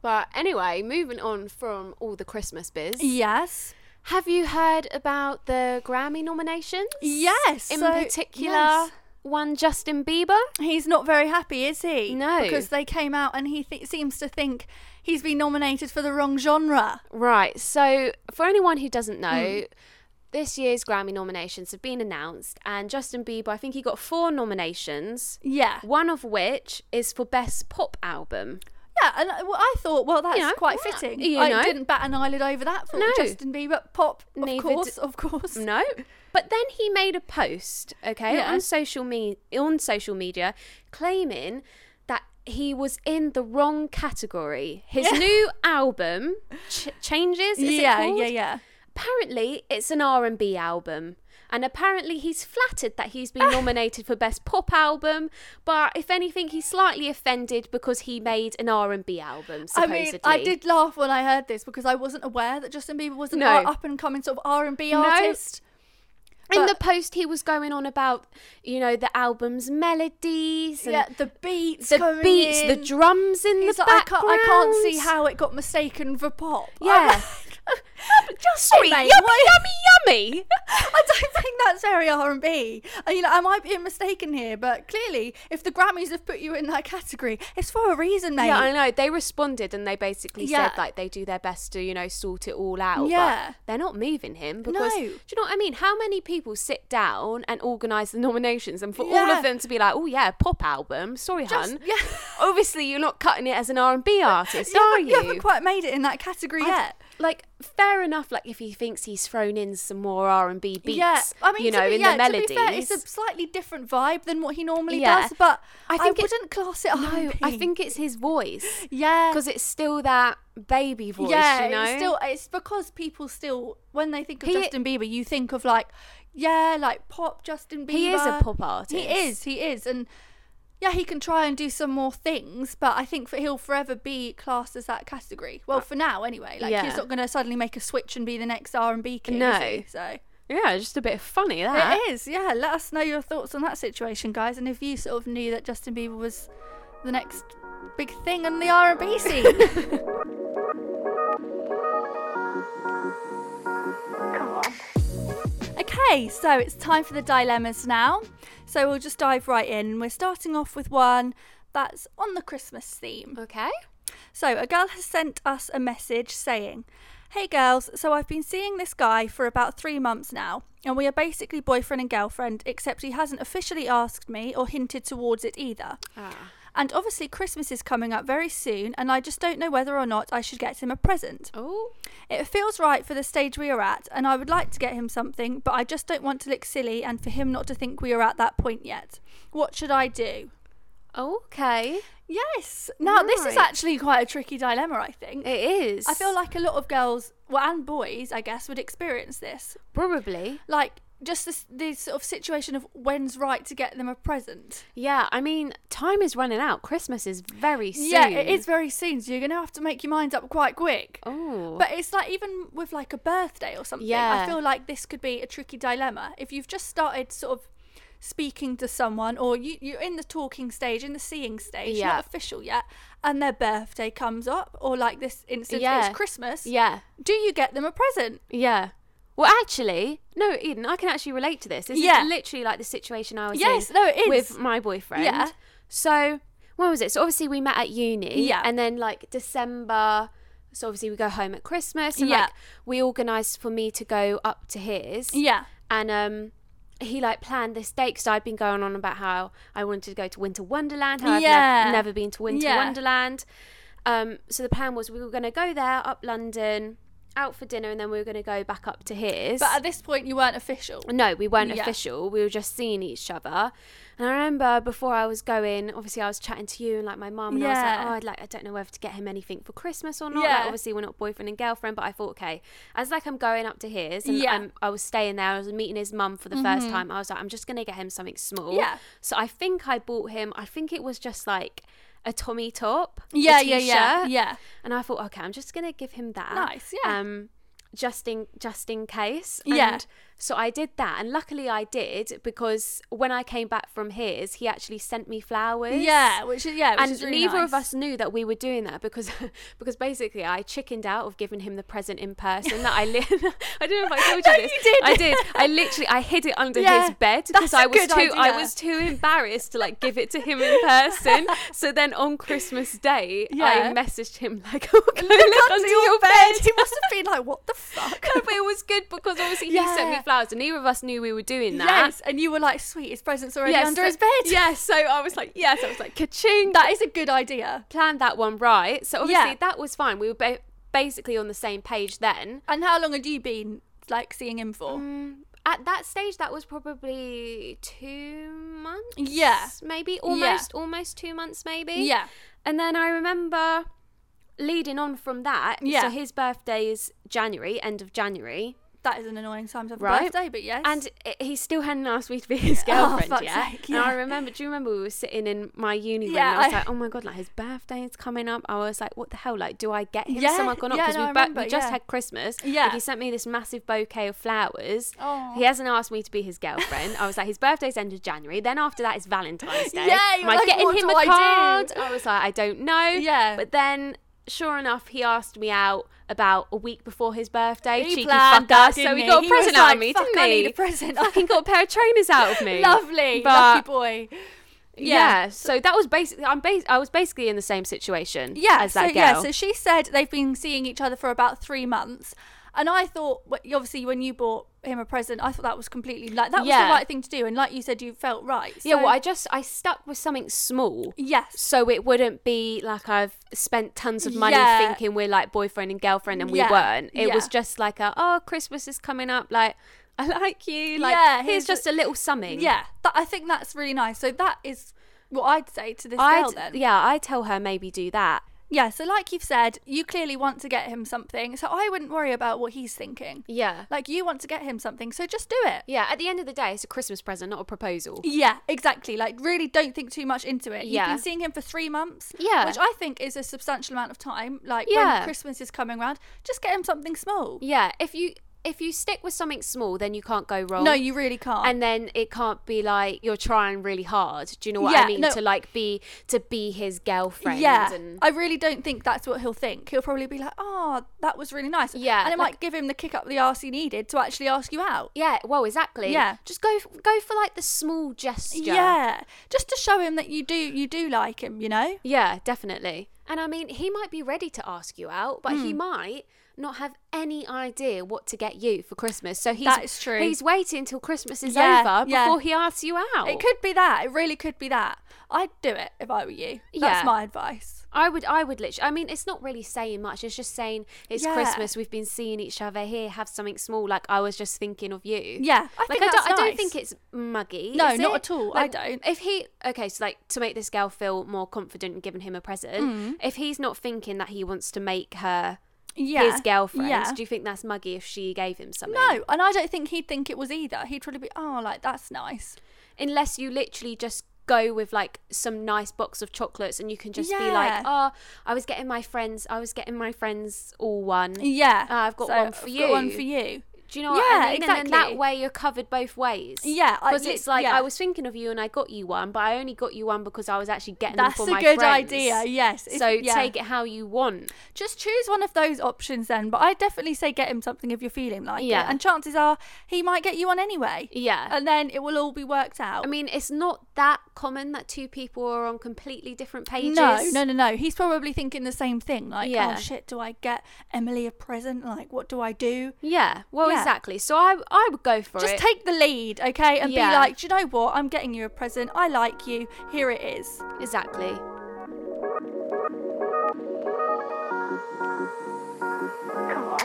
[SPEAKER 1] But anyway, moving on from all the Christmas biz.
[SPEAKER 2] Yes.
[SPEAKER 1] Have you heard about the Grammy nominations?
[SPEAKER 2] Yes.
[SPEAKER 1] In
[SPEAKER 2] so-
[SPEAKER 1] particular,
[SPEAKER 2] yes.
[SPEAKER 1] one Justin Bieber.
[SPEAKER 2] he's not very happy, is he?
[SPEAKER 1] No.
[SPEAKER 2] because they came out and he th- seems to think he's been nominated for the wrong genre.
[SPEAKER 1] Right. So, for anyone who doesn't know,
[SPEAKER 2] Hmm.
[SPEAKER 1] this year's Grammy nominations have been announced, and Justin Bieber, I think he got four nominations,
[SPEAKER 2] Yeah.
[SPEAKER 1] one of which is for Best Pop Album.
[SPEAKER 2] Yeah, and I- well, I thought, well, that's
[SPEAKER 1] know,
[SPEAKER 2] quite
[SPEAKER 1] yeah,
[SPEAKER 2] fitting.
[SPEAKER 1] you
[SPEAKER 2] I
[SPEAKER 1] know.
[SPEAKER 2] didn't bat an eyelid over that for
[SPEAKER 1] No.
[SPEAKER 2] Justin Bieber. Pop, of
[SPEAKER 1] Neither
[SPEAKER 2] course,
[SPEAKER 1] d-
[SPEAKER 2] of course.
[SPEAKER 1] No. But then he made a post, okay,
[SPEAKER 2] Yeah.
[SPEAKER 1] on social me- on social media claiming that he was in the wrong category. His
[SPEAKER 2] Yeah.
[SPEAKER 1] new album Ch- Changes is
[SPEAKER 2] yeah,
[SPEAKER 1] it called?
[SPEAKER 2] yeah, yeah.
[SPEAKER 1] Apparently, it's an R&B album. And apparently he's flattered that he's been nominated for best pop album, but if anything he's slightly offended because he made an R&B album supposedly.
[SPEAKER 2] I mean, I did laugh when I heard this because I wasn't aware that Justin Bieber was an
[SPEAKER 1] No.
[SPEAKER 2] up and coming sort of R and B artist.
[SPEAKER 1] In
[SPEAKER 2] But-
[SPEAKER 1] the post, he was going on about, you know, the album's melodies, and
[SPEAKER 2] yeah, the beats,
[SPEAKER 1] the
[SPEAKER 2] coming
[SPEAKER 1] beats, the
[SPEAKER 2] in.
[SPEAKER 1] drums in
[SPEAKER 2] He's
[SPEAKER 1] the
[SPEAKER 2] like, I can't,
[SPEAKER 1] background.
[SPEAKER 2] I can't see how it got mistaken for pop. I'm
[SPEAKER 1] Yeah.
[SPEAKER 2] like,
[SPEAKER 1] Just
[SPEAKER 2] Justin,
[SPEAKER 1] sweet,
[SPEAKER 2] mate,
[SPEAKER 1] yummy,
[SPEAKER 2] what-
[SPEAKER 1] yummy, yummy.
[SPEAKER 2] I don't think that's very R and B. Uh, You know, I might be mistaken here, but clearly, if the Grammys have put you in that category, it's for a reason, mate.
[SPEAKER 1] Yeah, I know. They responded and they basically
[SPEAKER 2] Yeah.
[SPEAKER 1] said like they do their best to, you know, sort it all out. but
[SPEAKER 2] Yeah.
[SPEAKER 1] they're not moving him because
[SPEAKER 2] No.
[SPEAKER 1] do you know what I mean? How many people sit down and organise the nominations and for all
[SPEAKER 2] Yeah.
[SPEAKER 1] of them to be like, Oh yeah, pop album, sorry
[SPEAKER 2] Just-
[SPEAKER 1] hun.
[SPEAKER 2] yeah.
[SPEAKER 1] Obviously you're not cutting it as an R and B artist,
[SPEAKER 2] you,
[SPEAKER 1] are
[SPEAKER 2] haven't,
[SPEAKER 1] you?
[SPEAKER 2] you haven't quite made it in that category
[SPEAKER 1] I-
[SPEAKER 2] yet.
[SPEAKER 1] Like fair enough. Like if he thinks he's thrown in some more R and B beats,
[SPEAKER 2] yeah, I mean,
[SPEAKER 1] you
[SPEAKER 2] to
[SPEAKER 1] know,
[SPEAKER 2] be,
[SPEAKER 1] in
[SPEAKER 2] yeah,
[SPEAKER 1] the
[SPEAKER 2] To
[SPEAKER 1] melodies.
[SPEAKER 2] be fair, it's a slightly different vibe than what he normally
[SPEAKER 1] Yeah.
[SPEAKER 2] does, but
[SPEAKER 1] I
[SPEAKER 2] I,
[SPEAKER 1] think it-
[SPEAKER 2] wouldn't class it
[SPEAKER 1] no,
[SPEAKER 2] R&B.
[SPEAKER 1] I think it's his voice
[SPEAKER 2] yeah,
[SPEAKER 1] because it's still that baby voice.
[SPEAKER 2] yeah,
[SPEAKER 1] you know.
[SPEAKER 2] it's still it's because people still when they think of
[SPEAKER 1] He-
[SPEAKER 2] Justin Bieber, you think of like yeah, like pop Justin Bieber.
[SPEAKER 1] he is a pop artist.
[SPEAKER 2] He is, he is, and yeah, he can try and do some more things, but I think for, he'll forever be classed as that category. Well, for now, anyway. Like
[SPEAKER 1] Uh, Yeah.
[SPEAKER 2] he's not going to suddenly make a switch and be the next R and B king.
[SPEAKER 1] No.
[SPEAKER 2] is he? so
[SPEAKER 1] Yeah, just a bit funny that.
[SPEAKER 2] it is. Yeah, let us know your thoughts on that situation, guys, and if you sort of knew that Justin Bieber was the next big thing on the R and B scene. Okay, so it's time for the dilemmas now. So we'll just dive right in. We're starting off with one that's on the Christmas theme.
[SPEAKER 1] Okay.
[SPEAKER 2] So a girl has sent us a message saying, Hey girls, so I've been seeing this guy for about three months now, and we are basically boyfriend and girlfriend, except he hasn't officially asked me or hinted towards it either.
[SPEAKER 1] Ah.
[SPEAKER 2] And obviously, Christmas is coming up very soon, and I just don't know whether or not I should get him a present.
[SPEAKER 1] Oh.
[SPEAKER 2] It feels right for the stage we are at, and I would like to get him something, but I just don't want to look silly and for him not to think we are at that point yet. What should I do?
[SPEAKER 1] Okay.
[SPEAKER 2] Yes. Now, this is
[SPEAKER 1] Right.
[SPEAKER 2] actually quite a tricky dilemma, I think.
[SPEAKER 1] It is.
[SPEAKER 2] I feel like a lot of girls, well, and boys, I guess, would experience this.
[SPEAKER 1] probably.
[SPEAKER 2] Like, just this, this sort of situation of when's right to get them a present.
[SPEAKER 1] Yeah, I mean, time is running out. Christmas is very soon.
[SPEAKER 2] Yeah, it is very soon, so you're going to have to make your mind up quite quick.
[SPEAKER 1] Oh.
[SPEAKER 2] But it's like even with like a birthday or something,
[SPEAKER 1] Yeah.
[SPEAKER 2] I feel like this could be a tricky dilemma. If you've just started sort of speaking to someone or you, you're in the talking stage, in the seeing stage,
[SPEAKER 1] Yeah.
[SPEAKER 2] not official yet, and their birthday comes up, or like this instance,
[SPEAKER 1] Yeah.
[SPEAKER 2] it's Christmas,
[SPEAKER 1] yeah.
[SPEAKER 2] do you get them a present?
[SPEAKER 1] Yeah. Well, actually, no, Eden, I can actually relate to this. This
[SPEAKER 2] Yeah.
[SPEAKER 1] is literally like the situation I was
[SPEAKER 2] Yes,
[SPEAKER 1] in
[SPEAKER 2] no, it is.
[SPEAKER 1] with my boyfriend.
[SPEAKER 2] Yeah.
[SPEAKER 1] So, when was it? So, obviously, we met at uni.
[SPEAKER 2] Yeah.
[SPEAKER 1] And then, like, December. So, obviously, we go home at Christmas. And,
[SPEAKER 2] Yeah.
[SPEAKER 1] like, we organised for me to go up to his.
[SPEAKER 2] Yeah.
[SPEAKER 1] and um he like planned this date because I'd been going on about how I wanted to go to Winter Wonderland. How I've
[SPEAKER 2] Yeah.
[SPEAKER 1] nev- never been to Winter
[SPEAKER 2] Yeah.
[SPEAKER 1] Wonderland. Um, so the plan was we were going to go there, up London, out for dinner, and then we were going to go back up to his.
[SPEAKER 2] But at this point, you weren't official.
[SPEAKER 1] No, we weren't
[SPEAKER 2] Yeah.
[SPEAKER 1] official. We were just seeing each other. And I remember before I was going, obviously I was chatting to you and like my mum, and I was like,
[SPEAKER 2] Yeah.
[SPEAKER 1] oh, I'd like, I don't know whether to get him anything for Christmas or not.
[SPEAKER 2] Yeah.
[SPEAKER 1] Like, obviously we're not boyfriend and girlfriend, but I thought, okay, as like I'm going up to his, and
[SPEAKER 2] Yeah. Mm-hmm.
[SPEAKER 1] I'm, I was staying there, I was meeting his mum for the first time. I was like, I'm just gonna get him something small.
[SPEAKER 2] Yeah.
[SPEAKER 1] So I think I bought him. I think it was just like a Tommy top. a
[SPEAKER 2] Yeah, yeah, yeah,
[SPEAKER 1] t-shirt.
[SPEAKER 2] yeah.
[SPEAKER 1] And I thought, okay, I'm just gonna give him that.
[SPEAKER 2] Nice, yeah.
[SPEAKER 1] Um, just in just in case.
[SPEAKER 2] Yeah.
[SPEAKER 1] And so I did that, and luckily I did because when I came back from his, he actually sent me flowers.
[SPEAKER 2] Yeah, which is yeah, which
[SPEAKER 1] And
[SPEAKER 2] is really
[SPEAKER 1] neither of
[SPEAKER 2] nice.
[SPEAKER 1] us knew that we were doing that because, because basically I chickened out of giving him the present in person. That I, li- I don't know if I told you
[SPEAKER 2] No,
[SPEAKER 1] this.
[SPEAKER 2] you did.
[SPEAKER 1] I did. I literally I hid it under
[SPEAKER 2] Yeah,
[SPEAKER 1] his bed
[SPEAKER 2] that's
[SPEAKER 1] because I
[SPEAKER 2] a
[SPEAKER 1] was
[SPEAKER 2] good
[SPEAKER 1] too I
[SPEAKER 2] idea.
[SPEAKER 1] was too embarrassed to like give it to him in person. so then on Christmas Day,
[SPEAKER 2] Yeah.
[SPEAKER 1] I messaged him like, "I'll go look under your bed.
[SPEAKER 2] he must have been like, what the fuck?
[SPEAKER 1] No, but it was good because obviously he sent me
[SPEAKER 2] Yeah.
[SPEAKER 1] flowers and neither of us knew we were doing that.
[SPEAKER 2] yes, and you were like, sweet, his present's already
[SPEAKER 1] Yes,
[SPEAKER 2] under
[SPEAKER 1] so-
[SPEAKER 2] his bed.
[SPEAKER 1] Yeah, so I was like, yes, I was like, ka-ching.
[SPEAKER 2] That is a good idea.
[SPEAKER 1] planned that one right. So obviously
[SPEAKER 2] Yeah.
[SPEAKER 1] that was fine. We were ba- basically on the same page then.
[SPEAKER 2] And how long had you been like seeing him for?
[SPEAKER 1] Mm, at that stage, that was probably two months.
[SPEAKER 2] Yeah.
[SPEAKER 1] Maybe almost, almost two months, maybe.
[SPEAKER 2] Yeah.
[SPEAKER 1] And then I remember leading on from that. So
[SPEAKER 2] Yeah.
[SPEAKER 1] his birthday is January, end of January.
[SPEAKER 2] That is an annoying time to have a
[SPEAKER 1] Right.
[SPEAKER 2] birthday, but yes.
[SPEAKER 1] And i- he still hadn't asked me to be his
[SPEAKER 2] Oh,
[SPEAKER 1] girlfriend
[SPEAKER 2] fuck's
[SPEAKER 1] yet.
[SPEAKER 2] sake,
[SPEAKER 1] And I
[SPEAKER 2] yeah.
[SPEAKER 1] remember, do you remember we were sitting in my uni room
[SPEAKER 2] Yeah,
[SPEAKER 1] and I was
[SPEAKER 2] I-
[SPEAKER 1] like, oh my God, like his birthday is coming up. I was like, what the hell? Like, do I get him
[SPEAKER 2] Yeah,
[SPEAKER 1] something or not?
[SPEAKER 2] yeah,
[SPEAKER 1] Because
[SPEAKER 2] no, I
[SPEAKER 1] we, bo-
[SPEAKER 2] remember,
[SPEAKER 1] we just
[SPEAKER 2] yeah.
[SPEAKER 1] had Christmas. Like,
[SPEAKER 2] Yeah.
[SPEAKER 1] he sent me this massive bouquet of flowers.
[SPEAKER 2] Aw.
[SPEAKER 1] He hasn't asked me to be his girlfriend. I was like, his birthday's end of January. Then after that is Valentine's Day.
[SPEAKER 2] Yeah, you
[SPEAKER 1] Am
[SPEAKER 2] were
[SPEAKER 1] I
[SPEAKER 2] like,
[SPEAKER 1] getting
[SPEAKER 2] what
[SPEAKER 1] him
[SPEAKER 2] do
[SPEAKER 1] a
[SPEAKER 2] I do?
[SPEAKER 1] card? I was like, I don't know.
[SPEAKER 2] Yeah.
[SPEAKER 1] But then. Sure enough, he asked me out about a week before his birthday.
[SPEAKER 2] He
[SPEAKER 1] Cheeky
[SPEAKER 2] planned
[SPEAKER 1] fucker.
[SPEAKER 2] that,
[SPEAKER 1] So
[SPEAKER 2] didn't
[SPEAKER 1] he
[SPEAKER 2] he?
[SPEAKER 1] got a
[SPEAKER 2] He was
[SPEAKER 1] present out
[SPEAKER 2] like,
[SPEAKER 1] of me,
[SPEAKER 2] "Fuck,
[SPEAKER 1] didn't
[SPEAKER 2] I
[SPEAKER 1] he?
[SPEAKER 2] need a present."
[SPEAKER 1] Fucking got a pair of trainers out of me.
[SPEAKER 2] lovely,
[SPEAKER 1] But-
[SPEAKER 2] lucky boy.
[SPEAKER 1] Yeah. So that was basically. I'm bas- I was basically in the same situation.
[SPEAKER 2] Yeah.
[SPEAKER 1] As that
[SPEAKER 2] so
[SPEAKER 1] girl.
[SPEAKER 2] yeah, so she said they've been seeing each other for about three months. And I thought, wh- obviously, when you bought him a present, I thought that was completely like that was
[SPEAKER 1] Yeah.
[SPEAKER 2] the right thing to do, and like you said, you felt right.
[SPEAKER 1] yeah.
[SPEAKER 2] So-
[SPEAKER 1] Well, I just I stuck with something small.
[SPEAKER 2] yes,
[SPEAKER 1] So it wouldn't be like I've spent tons of money
[SPEAKER 2] Yeah.
[SPEAKER 1] thinking we're like boyfriend and girlfriend and we
[SPEAKER 2] Yeah.
[SPEAKER 1] weren't. It was
[SPEAKER 2] Yeah.
[SPEAKER 1] just like a oh Christmas is coming up like I like you like
[SPEAKER 2] Yeah,
[SPEAKER 1] here's,
[SPEAKER 2] here's
[SPEAKER 1] just a little something.
[SPEAKER 2] yeah, that, I think that's really nice. So that is what I'd say to this girl
[SPEAKER 1] I
[SPEAKER 2] then.
[SPEAKER 1] yeah I tell her maybe do that.
[SPEAKER 2] Yeah, so like you've said, you clearly want to get him something. So I wouldn't worry about what he's thinking.
[SPEAKER 1] Yeah.
[SPEAKER 2] Like you want to get him something, so just do it.
[SPEAKER 1] Yeah, at the end of the day, it's a Christmas present, not a proposal.
[SPEAKER 2] Yeah, exactly. Like really don't think too much into it.
[SPEAKER 1] Yeah.
[SPEAKER 2] You've been seeing him for 3 months,
[SPEAKER 1] Yeah.
[SPEAKER 2] which I think is a substantial amount of time. Like
[SPEAKER 1] Yeah.
[SPEAKER 2] when Christmas is coming round, just get him something small.
[SPEAKER 1] Yeah, if you if you stick with something small, then you can't go wrong.
[SPEAKER 2] No, you really can't.
[SPEAKER 1] and then it can't be like you're trying really hard. Do you know what I
[SPEAKER 2] Yeah,
[SPEAKER 1] mean?
[SPEAKER 2] no.
[SPEAKER 1] To like be to be his girlfriend.
[SPEAKER 2] yeah,
[SPEAKER 1] and,
[SPEAKER 2] I really don't think that's what he'll think. He'll probably be like, "Oh, that was really nice."
[SPEAKER 1] Yeah,
[SPEAKER 2] and it
[SPEAKER 1] like-
[SPEAKER 2] might give him the kick up the arse he needed to actually ask you out.
[SPEAKER 1] yeah. Well, exactly.
[SPEAKER 2] Yeah.
[SPEAKER 1] Just go f- go for like the small gesture.
[SPEAKER 2] Yeah, just to show him that you do you do like him, you know.
[SPEAKER 1] Yeah, definitely. And I mean, he might be ready to ask you out, but
[SPEAKER 2] Hmm.
[SPEAKER 1] he might not have any idea what to get you for Christmas. So he's
[SPEAKER 2] That is true.
[SPEAKER 1] He's waiting till Christmas is
[SPEAKER 2] Yeah,
[SPEAKER 1] over
[SPEAKER 2] yeah.
[SPEAKER 1] before he asks you out.
[SPEAKER 2] It could be that. It really could be that. I'd do it if I were you. That's
[SPEAKER 1] Yeah.
[SPEAKER 2] my advice.
[SPEAKER 1] I would, I would literally. I mean, it's not really saying much. It's just saying it's
[SPEAKER 2] Yeah.
[SPEAKER 1] Christmas. We've been seeing each other here. Have something small. Like I was just thinking of you.
[SPEAKER 2] Yeah, I
[SPEAKER 1] like
[SPEAKER 2] think
[SPEAKER 1] I,
[SPEAKER 2] that's
[SPEAKER 1] don't, I
[SPEAKER 2] nice.
[SPEAKER 1] don't think it's muggy.
[SPEAKER 2] No,
[SPEAKER 1] is
[SPEAKER 2] not
[SPEAKER 1] it?
[SPEAKER 2] at all. I
[SPEAKER 1] Like,
[SPEAKER 2] don't.
[SPEAKER 1] If he okay, so like to make this girl feel more confident and giving him a present.
[SPEAKER 2] Mm.
[SPEAKER 1] If he's not thinking that he wants to make her
[SPEAKER 2] Yeah,
[SPEAKER 1] his girlfriend,
[SPEAKER 2] Yeah.
[SPEAKER 1] do you think that's muggy if she gave him something?
[SPEAKER 2] no, and I don't think he'd think it was either. He'd probably be, "Oh, like that's nice."
[SPEAKER 1] unless you literally just go with like some nice box of chocolates and you can just be like,
[SPEAKER 2] Yeah.
[SPEAKER 1] oh, I was getting my friends, I was getting my friends all one.
[SPEAKER 2] Yeah,
[SPEAKER 1] Ah, I've got
[SPEAKER 2] So,
[SPEAKER 1] one for
[SPEAKER 2] Uh, I've
[SPEAKER 1] you.
[SPEAKER 2] Got one for you.
[SPEAKER 1] Do you know what I
[SPEAKER 2] Yeah,
[SPEAKER 1] mean? And then
[SPEAKER 2] exactly.
[SPEAKER 1] that way you're covered both ways.
[SPEAKER 2] Yeah, I-
[SPEAKER 1] because
[SPEAKER 2] li-
[SPEAKER 1] it's like
[SPEAKER 2] yeah.
[SPEAKER 1] I was thinking of you and I got you one, but I only got you one because I was actually getting
[SPEAKER 2] That's
[SPEAKER 1] them
[SPEAKER 2] a
[SPEAKER 1] for my
[SPEAKER 2] good
[SPEAKER 1] friends.
[SPEAKER 2] idea. Yes. If-
[SPEAKER 1] So
[SPEAKER 2] yeah.
[SPEAKER 1] take it how you want.
[SPEAKER 2] just choose one of those options then. But I definitely say get him something if you're feeling like it.
[SPEAKER 1] Yeah.
[SPEAKER 2] And chances are he might get you one anyway.
[SPEAKER 1] Yeah.
[SPEAKER 2] And then it will all be worked out.
[SPEAKER 1] Uh, I mean, it's not that common that two people are on completely different pages.
[SPEAKER 2] no, no, no, no. He's probably thinking the same thing. Like,
[SPEAKER 1] Yeah.
[SPEAKER 2] oh shit, do I get Emily a present? Like, what do I do?
[SPEAKER 1] Yeah, well,
[SPEAKER 2] Yeah.
[SPEAKER 1] exactly. So I, I would go for
[SPEAKER 2] Just
[SPEAKER 1] it.
[SPEAKER 2] take the lead, okay? And be
[SPEAKER 1] Yeah.
[SPEAKER 2] like, do you know what? I'm getting you a present. I like you. Here it is.
[SPEAKER 1] exactly.
[SPEAKER 2] Come on.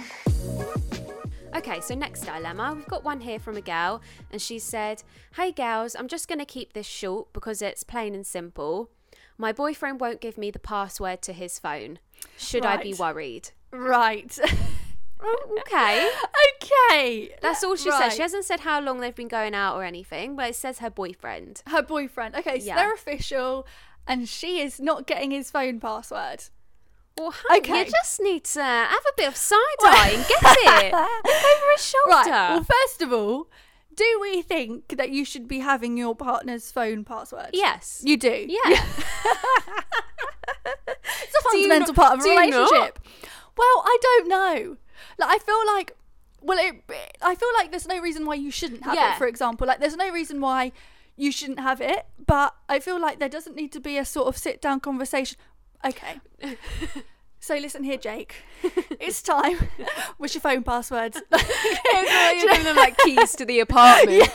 [SPEAKER 1] Okay, so next dilemma. We've got one here from a girl, and she said, Hey gals, I'm just going to keep this short because it's plain and simple. My boyfriend won't give me the password to his phone. Should I be
[SPEAKER 2] Right.
[SPEAKER 1] worried?
[SPEAKER 2] Right.
[SPEAKER 1] Okay.
[SPEAKER 2] okay.
[SPEAKER 1] That's all she said.
[SPEAKER 2] Right.
[SPEAKER 1] She hasn't said how long they've been going out or anything, but it says her boyfriend.
[SPEAKER 2] her boyfriend. Okay, so
[SPEAKER 1] Yeah.
[SPEAKER 2] they're official, and she is not getting his phone password.
[SPEAKER 1] Well, honey,
[SPEAKER 2] Okay.
[SPEAKER 1] you just need to have a bit of side eye and get it over his shoulder.
[SPEAKER 2] Right. Well, first of all, do we think that you should be having your partner's phone password?
[SPEAKER 1] yes.
[SPEAKER 2] You do.
[SPEAKER 1] yeah.
[SPEAKER 2] It's a
[SPEAKER 1] Do you
[SPEAKER 2] fundamental
[SPEAKER 1] not-
[SPEAKER 2] part of a
[SPEAKER 1] do you not?
[SPEAKER 2] relationship. Well, I don't know. Like I feel like well it, I feel like there's no reason why you shouldn't have
[SPEAKER 1] Yeah.
[SPEAKER 2] it, for example. Like there's no reason why you shouldn't have it, but I feel like there doesn't need to be a sort of sit down conversation. Okay. So listen here, Jake. It's time. What's your phone passwords?
[SPEAKER 1] It's like you're giving them like keys to the apartment.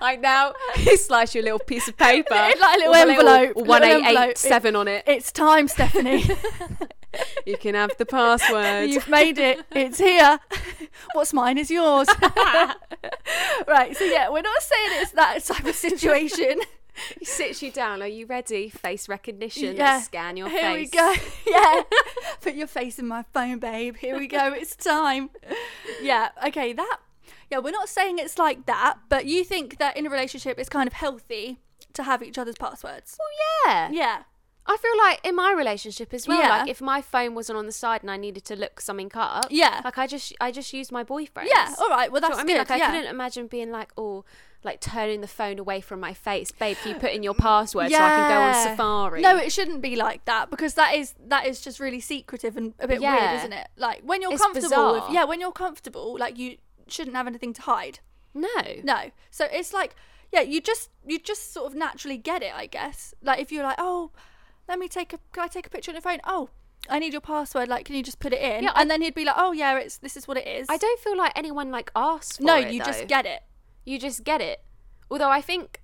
[SPEAKER 1] Like now, you slice your little piece of paper,
[SPEAKER 2] Like a little
[SPEAKER 1] with
[SPEAKER 2] envelope, little
[SPEAKER 1] one eight
[SPEAKER 2] envelope.
[SPEAKER 1] eight seven on it.
[SPEAKER 2] it's time, Stephanie.
[SPEAKER 1] You can have the password.
[SPEAKER 2] You've made it. It's here. What's mine is yours. right. So yeah, we're not saying it's that type of situation.
[SPEAKER 1] He sits you down. Are you ready? Face recognition.
[SPEAKER 2] Yeah.
[SPEAKER 1] Scan your
[SPEAKER 2] Here we
[SPEAKER 1] face.
[SPEAKER 2] go. Yeah. Put your face in my phone, babe. Here we go. It's time. Yeah. Okay. That. Yeah. We're not saying it's like that, but you think that in a relationship it's kind of healthy to have each other's passwords.
[SPEAKER 1] Yeah.
[SPEAKER 2] Yeah.
[SPEAKER 1] I feel like in my relationship as well,
[SPEAKER 2] Yeah.
[SPEAKER 1] like if my phone wasn't on the side and I needed to look something up,
[SPEAKER 2] Yeah.
[SPEAKER 1] like I just I just used my boyfriend.
[SPEAKER 2] Yeah. All right. Well, that's
[SPEAKER 1] Do you know
[SPEAKER 2] good.
[SPEAKER 1] what I mean?
[SPEAKER 2] yeah.
[SPEAKER 1] Like I couldn't imagine being like, oh, like turning the phone away from my face, babe. Can you put in your password so I can go
[SPEAKER 2] Yeah.
[SPEAKER 1] on Safari?
[SPEAKER 2] No, it shouldn't be like that because that is that is just really secretive and a bit
[SPEAKER 1] Yeah.
[SPEAKER 2] weird, isn't it? Like when you're
[SPEAKER 1] It's
[SPEAKER 2] comfortable with
[SPEAKER 1] bizarre.
[SPEAKER 2] yeah, when you're comfortable, like you shouldn't have anything to hide.
[SPEAKER 1] no.
[SPEAKER 2] No. So it's like yeah, you just you just sort of naturally get it, I guess. Like if you're like, "Oh, let me take a can I take a picture on your phone?" "Oh, I need your password. Like can you just put it in?"
[SPEAKER 1] Yeah,
[SPEAKER 2] and then he'd be like, "Oh, yeah, it's this is what it is."
[SPEAKER 1] I don't feel like anyone like asks for
[SPEAKER 2] No,
[SPEAKER 1] it,
[SPEAKER 2] you
[SPEAKER 1] though.
[SPEAKER 2] just get it.
[SPEAKER 1] you just get it. Although I think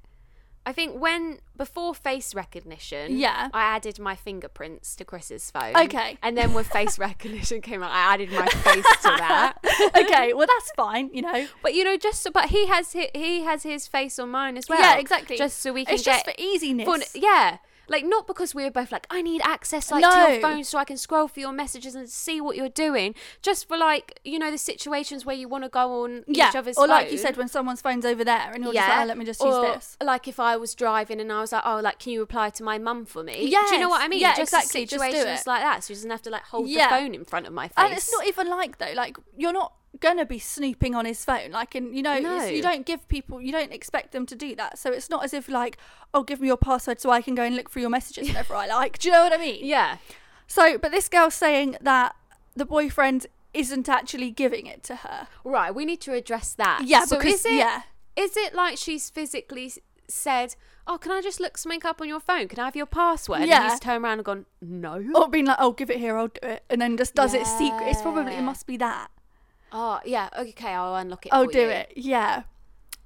[SPEAKER 1] I think when before face recognition,
[SPEAKER 2] Yeah.
[SPEAKER 1] I added my fingerprints to Chris's phone.
[SPEAKER 2] Okay.
[SPEAKER 1] and then when face recognition came out, I added my face to that.
[SPEAKER 2] okay, well that's fine, you know.
[SPEAKER 1] But you know, just so, but he has his, he has his face on mine as well.
[SPEAKER 2] yeah, exactly.
[SPEAKER 1] Just so we can
[SPEAKER 2] It's
[SPEAKER 1] get
[SPEAKER 2] just for easiness.
[SPEAKER 1] fun- yeah. Like not because we were both like, I need access like
[SPEAKER 2] No.
[SPEAKER 1] to your phone so I can scroll for your messages and see what you're doing. Just for like, you know, the situations where you want to go on
[SPEAKER 2] yeah.
[SPEAKER 1] each other's
[SPEAKER 2] or like you
[SPEAKER 1] phone.
[SPEAKER 2] said, when someone's phone's over there, and you're just like, oh, let me just use
[SPEAKER 1] Or,
[SPEAKER 2] this.
[SPEAKER 1] Like if I was driving and I was like, oh, like can you reply to my mum for me? Do you know what I
[SPEAKER 2] Yes.
[SPEAKER 1] mean?
[SPEAKER 2] Yeah,
[SPEAKER 1] just
[SPEAKER 2] exactly. Just do
[SPEAKER 1] Situations
[SPEAKER 2] it.
[SPEAKER 1] like that, so she doesn't have to like hold
[SPEAKER 2] Yeah.
[SPEAKER 1] the phone in front of my face.
[SPEAKER 2] And it's not e even like though, like you're not gonna be snooping on his phone, like and you know it's-
[SPEAKER 1] No.
[SPEAKER 2] you don't give people, you don't expect them to do that. So it's not as if like, oh, give me your password so I can go and look for your messages whenever I like. Do you know what I mean?
[SPEAKER 1] Yeah.
[SPEAKER 2] So, but this girl's saying that the boyfriend isn't actually giving it to her.
[SPEAKER 1] Right. We need to address that.
[SPEAKER 2] Yeah,
[SPEAKER 1] So
[SPEAKER 2] because
[SPEAKER 1] is it,
[SPEAKER 2] yeah,
[SPEAKER 1] Is it like she's physically s- said, oh, can I just look something up on your phone? Can I have your password?
[SPEAKER 2] Yeah.
[SPEAKER 1] And he's turned around and gone, no.
[SPEAKER 2] or being like, oh, give it here, I'll do it, and then just does it secret. It's probably
[SPEAKER 1] Yeah.
[SPEAKER 2] it must be that.
[SPEAKER 1] Oh, yeah. Okay, I'll unlock it.
[SPEAKER 2] Oh,
[SPEAKER 1] for
[SPEAKER 2] do
[SPEAKER 1] you.
[SPEAKER 2] it. Yeah.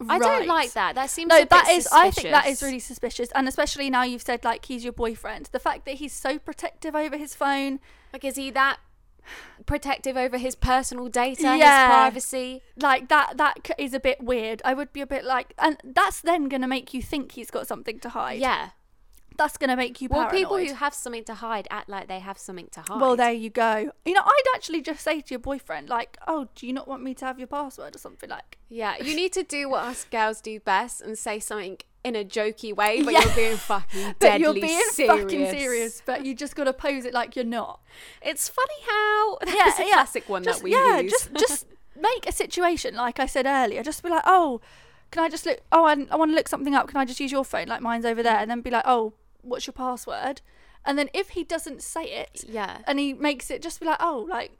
[SPEAKER 1] I
[SPEAKER 2] Right.
[SPEAKER 1] don't like that. That seems
[SPEAKER 2] No,
[SPEAKER 1] a
[SPEAKER 2] that
[SPEAKER 1] bit
[SPEAKER 2] is. I think that is
[SPEAKER 1] suspicious.
[SPEAKER 2] really suspicious, and especially now you've said like he's your boyfriend. The fact that he's so protective over his phone,
[SPEAKER 1] like is he that protective over his personal data,
[SPEAKER 2] Yeah.
[SPEAKER 1] his privacy?
[SPEAKER 2] like that, that c- is a bit weird. I would be a bit like, and that's then gonna make you think he's got something to hide.
[SPEAKER 1] Yeah.
[SPEAKER 2] that's gonna make you
[SPEAKER 1] Well,
[SPEAKER 2] paranoid.
[SPEAKER 1] people who have something to hide act like they have something to hide.
[SPEAKER 2] well, there you go. You know, I'd actually just say to your boyfriend, like, "Oh, do you not want me to have your password or something?" Like,
[SPEAKER 1] Yeah, you need to do what us girls do best and say something in a jokey way, but
[SPEAKER 2] Yeah.
[SPEAKER 1] you're being fucking deadly
[SPEAKER 2] but you're being
[SPEAKER 1] serious.
[SPEAKER 2] fucking serious, but you just gotta pose it like you're not.
[SPEAKER 1] It's funny how that's a classic one
[SPEAKER 2] Just-
[SPEAKER 1] that we
[SPEAKER 2] yeah,
[SPEAKER 1] use.
[SPEAKER 2] just just make a situation like I said earlier. Just be like, oh, can I just look? Oh, I, I want to look something up. Can I just use your phone? Like mine's over
[SPEAKER 1] Mm.
[SPEAKER 2] there, and then be like, oh, what's your password? And then if he doesn't say it,
[SPEAKER 1] yeah.
[SPEAKER 2] and he makes it, just be like, oh, like,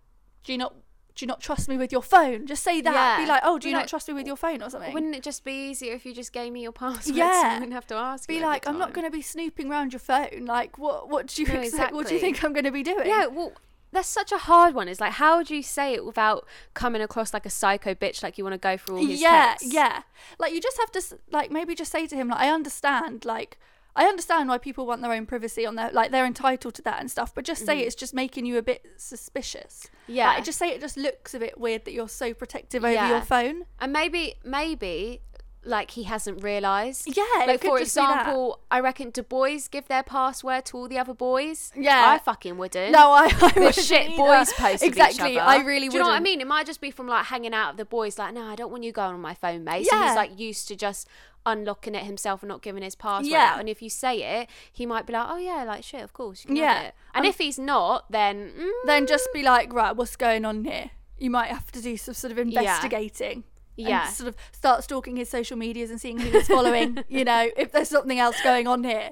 [SPEAKER 2] do you not? Do you not trust me with your phone? Just say that. Be
[SPEAKER 1] Yeah.
[SPEAKER 2] like, oh, do
[SPEAKER 1] Be
[SPEAKER 2] you not
[SPEAKER 1] like,
[SPEAKER 2] trust me with your phone or something?
[SPEAKER 1] Wouldn't it just be easier if you just gave me your password so
[SPEAKER 2] Yeah.
[SPEAKER 1] I wouldn't have to ask
[SPEAKER 2] be
[SPEAKER 1] you every
[SPEAKER 2] like, I'm not
[SPEAKER 1] time?"
[SPEAKER 2] going to be snooping around your phone. Like, what? What do you
[SPEAKER 1] No,
[SPEAKER 2] expect? What do you
[SPEAKER 1] exactly.
[SPEAKER 2] think I'm going to be doing?
[SPEAKER 1] Yeah, well, that's such a hard one. It's like, how would you say it without coming across like a psycho bitch, like you want to go through all his
[SPEAKER 2] yeah
[SPEAKER 1] texts?
[SPEAKER 2] yeah like you just have to s- like maybe just say to him like i understand like i understand why people want their own privacy on their like they're entitled to that and stuff but just say it's just making you a bit suspicious
[SPEAKER 1] Mm-hmm. Yeah.
[SPEAKER 2] Like, just say it just looks a bit weird that you're so protective over
[SPEAKER 1] Yeah.
[SPEAKER 2] your phone
[SPEAKER 1] And maybe, maybe, like he hasn't realised.
[SPEAKER 2] Yeah, it
[SPEAKER 1] Like
[SPEAKER 2] could
[SPEAKER 1] for
[SPEAKER 2] just be that.
[SPEAKER 1] example, I reckon do boys give their password to all the other boys?
[SPEAKER 2] Yeah.
[SPEAKER 1] I fucking wouldn't.
[SPEAKER 2] no i, I
[SPEAKER 1] The
[SPEAKER 2] wouldn't
[SPEAKER 1] shit
[SPEAKER 2] either.
[SPEAKER 1] boys post of each
[SPEAKER 2] exactly
[SPEAKER 1] other.
[SPEAKER 2] i really
[SPEAKER 1] Do you know what I
[SPEAKER 2] wouldn't.
[SPEAKER 1] mean? It might just be from like hanging out with the boys. Like, no, I don't want you going on my phone, mate. So
[SPEAKER 2] Yeah.
[SPEAKER 1] he's like used to just unlocking it himself and not giving his password.
[SPEAKER 2] Yeah.
[SPEAKER 1] out. And if you say it, he might be like, oh yeah, like shit, of course. You can
[SPEAKER 2] Yeah. Um,
[SPEAKER 1] Have it. And if he's not, then mm,
[SPEAKER 2] then just be like right what's going on here you might have to do some sort of investigating
[SPEAKER 1] Yeah.
[SPEAKER 2] And sort of start stalking his social medias and seeing who he's following, you know, if there's something else going on here.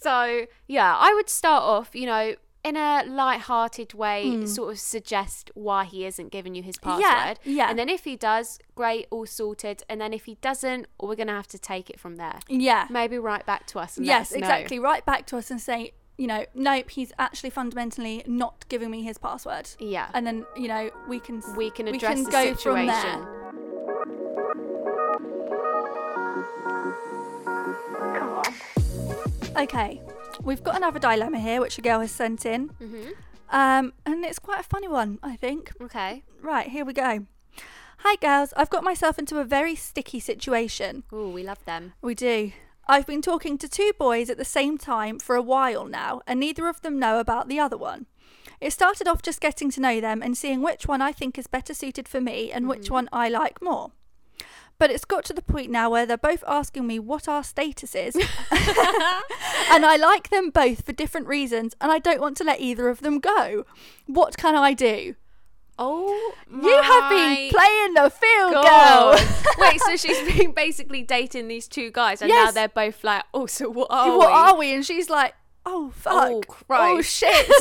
[SPEAKER 1] So yeah, I would start off, you know, in a light-hearted way, sort of suggest why he isn't giving you his password.
[SPEAKER 2] Hmm. yeah.
[SPEAKER 1] And then if he does, great, all sorted. And then if he doesn't, we're gonna have to take it from there.
[SPEAKER 2] Yeah.
[SPEAKER 1] Maybe right back to us. And
[SPEAKER 2] yes,
[SPEAKER 1] let us know.
[SPEAKER 2] exactly. Right back to us and say, you know, nope, he's actually fundamentally not giving me his password.
[SPEAKER 1] Yeah.
[SPEAKER 2] And then, you know, we can s-
[SPEAKER 1] we can address the
[SPEAKER 2] go from
[SPEAKER 1] situation.
[SPEAKER 2] there. Okay, we've got another dilemma here, which a girl has sent in,
[SPEAKER 1] Mm-hmm.
[SPEAKER 2] um, and it's quite a funny one, I think.
[SPEAKER 1] Okay.
[SPEAKER 2] Right, here we go. Hi, girls. I've got myself into a very sticky situation.
[SPEAKER 1] Ooh, we love them.
[SPEAKER 2] We do. I've been talking to two boys at the same time for a while now, and neither of them know about the other one. It started off just getting to know them and seeing which one I think is better suited for me and
[SPEAKER 1] Mm.
[SPEAKER 2] which one I like more. But it's got to the point now where they're both asking me what our status is. and I like them both for different reasons, and I don't want to let either of them go. What can I do?
[SPEAKER 1] Oh,
[SPEAKER 2] You have been playing the field,
[SPEAKER 1] God.
[SPEAKER 2] girl.
[SPEAKER 1] Wait, so she's been basically dating these two guys, and now
[SPEAKER 2] Yes.
[SPEAKER 1] they're both like, "Oh, so what are
[SPEAKER 2] what
[SPEAKER 1] we?"
[SPEAKER 2] are we? And she's like, oh fuck,
[SPEAKER 1] Oh,
[SPEAKER 2] oh
[SPEAKER 1] Christ.
[SPEAKER 2] shit,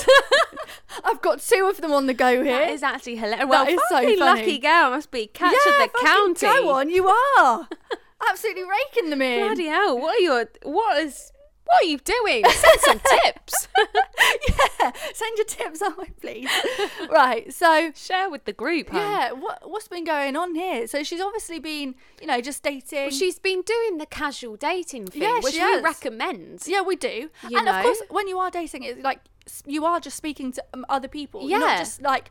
[SPEAKER 2] I've got two of them on the go
[SPEAKER 1] That
[SPEAKER 2] here.
[SPEAKER 1] is actually hilarious. Well,
[SPEAKER 2] is so
[SPEAKER 1] fucking
[SPEAKER 2] funny.
[SPEAKER 1] lucky girl must be catch
[SPEAKER 2] yeah,
[SPEAKER 1] of the
[SPEAKER 2] fucking
[SPEAKER 1] county.
[SPEAKER 2] Go on, you are absolutely raking them in.
[SPEAKER 1] Bloody hell! What are your what is what are you doing? Send some tips.
[SPEAKER 2] yeah, send your tips our way, please. right, so.
[SPEAKER 1] Share with the group. hun.
[SPEAKER 2] Yeah, what what's been going on here? So she's obviously been, you know, just dating.
[SPEAKER 1] Well, she's been doing the casual dating thing,
[SPEAKER 2] Yeah,
[SPEAKER 1] which
[SPEAKER 2] she
[SPEAKER 1] we
[SPEAKER 2] has.
[SPEAKER 1] recommend.
[SPEAKER 2] Yeah, we do.
[SPEAKER 1] You
[SPEAKER 2] and of
[SPEAKER 1] know?
[SPEAKER 2] course, when you are dating, it's like s- you are just speaking to um, other people. You're not
[SPEAKER 1] Yeah.
[SPEAKER 2] just like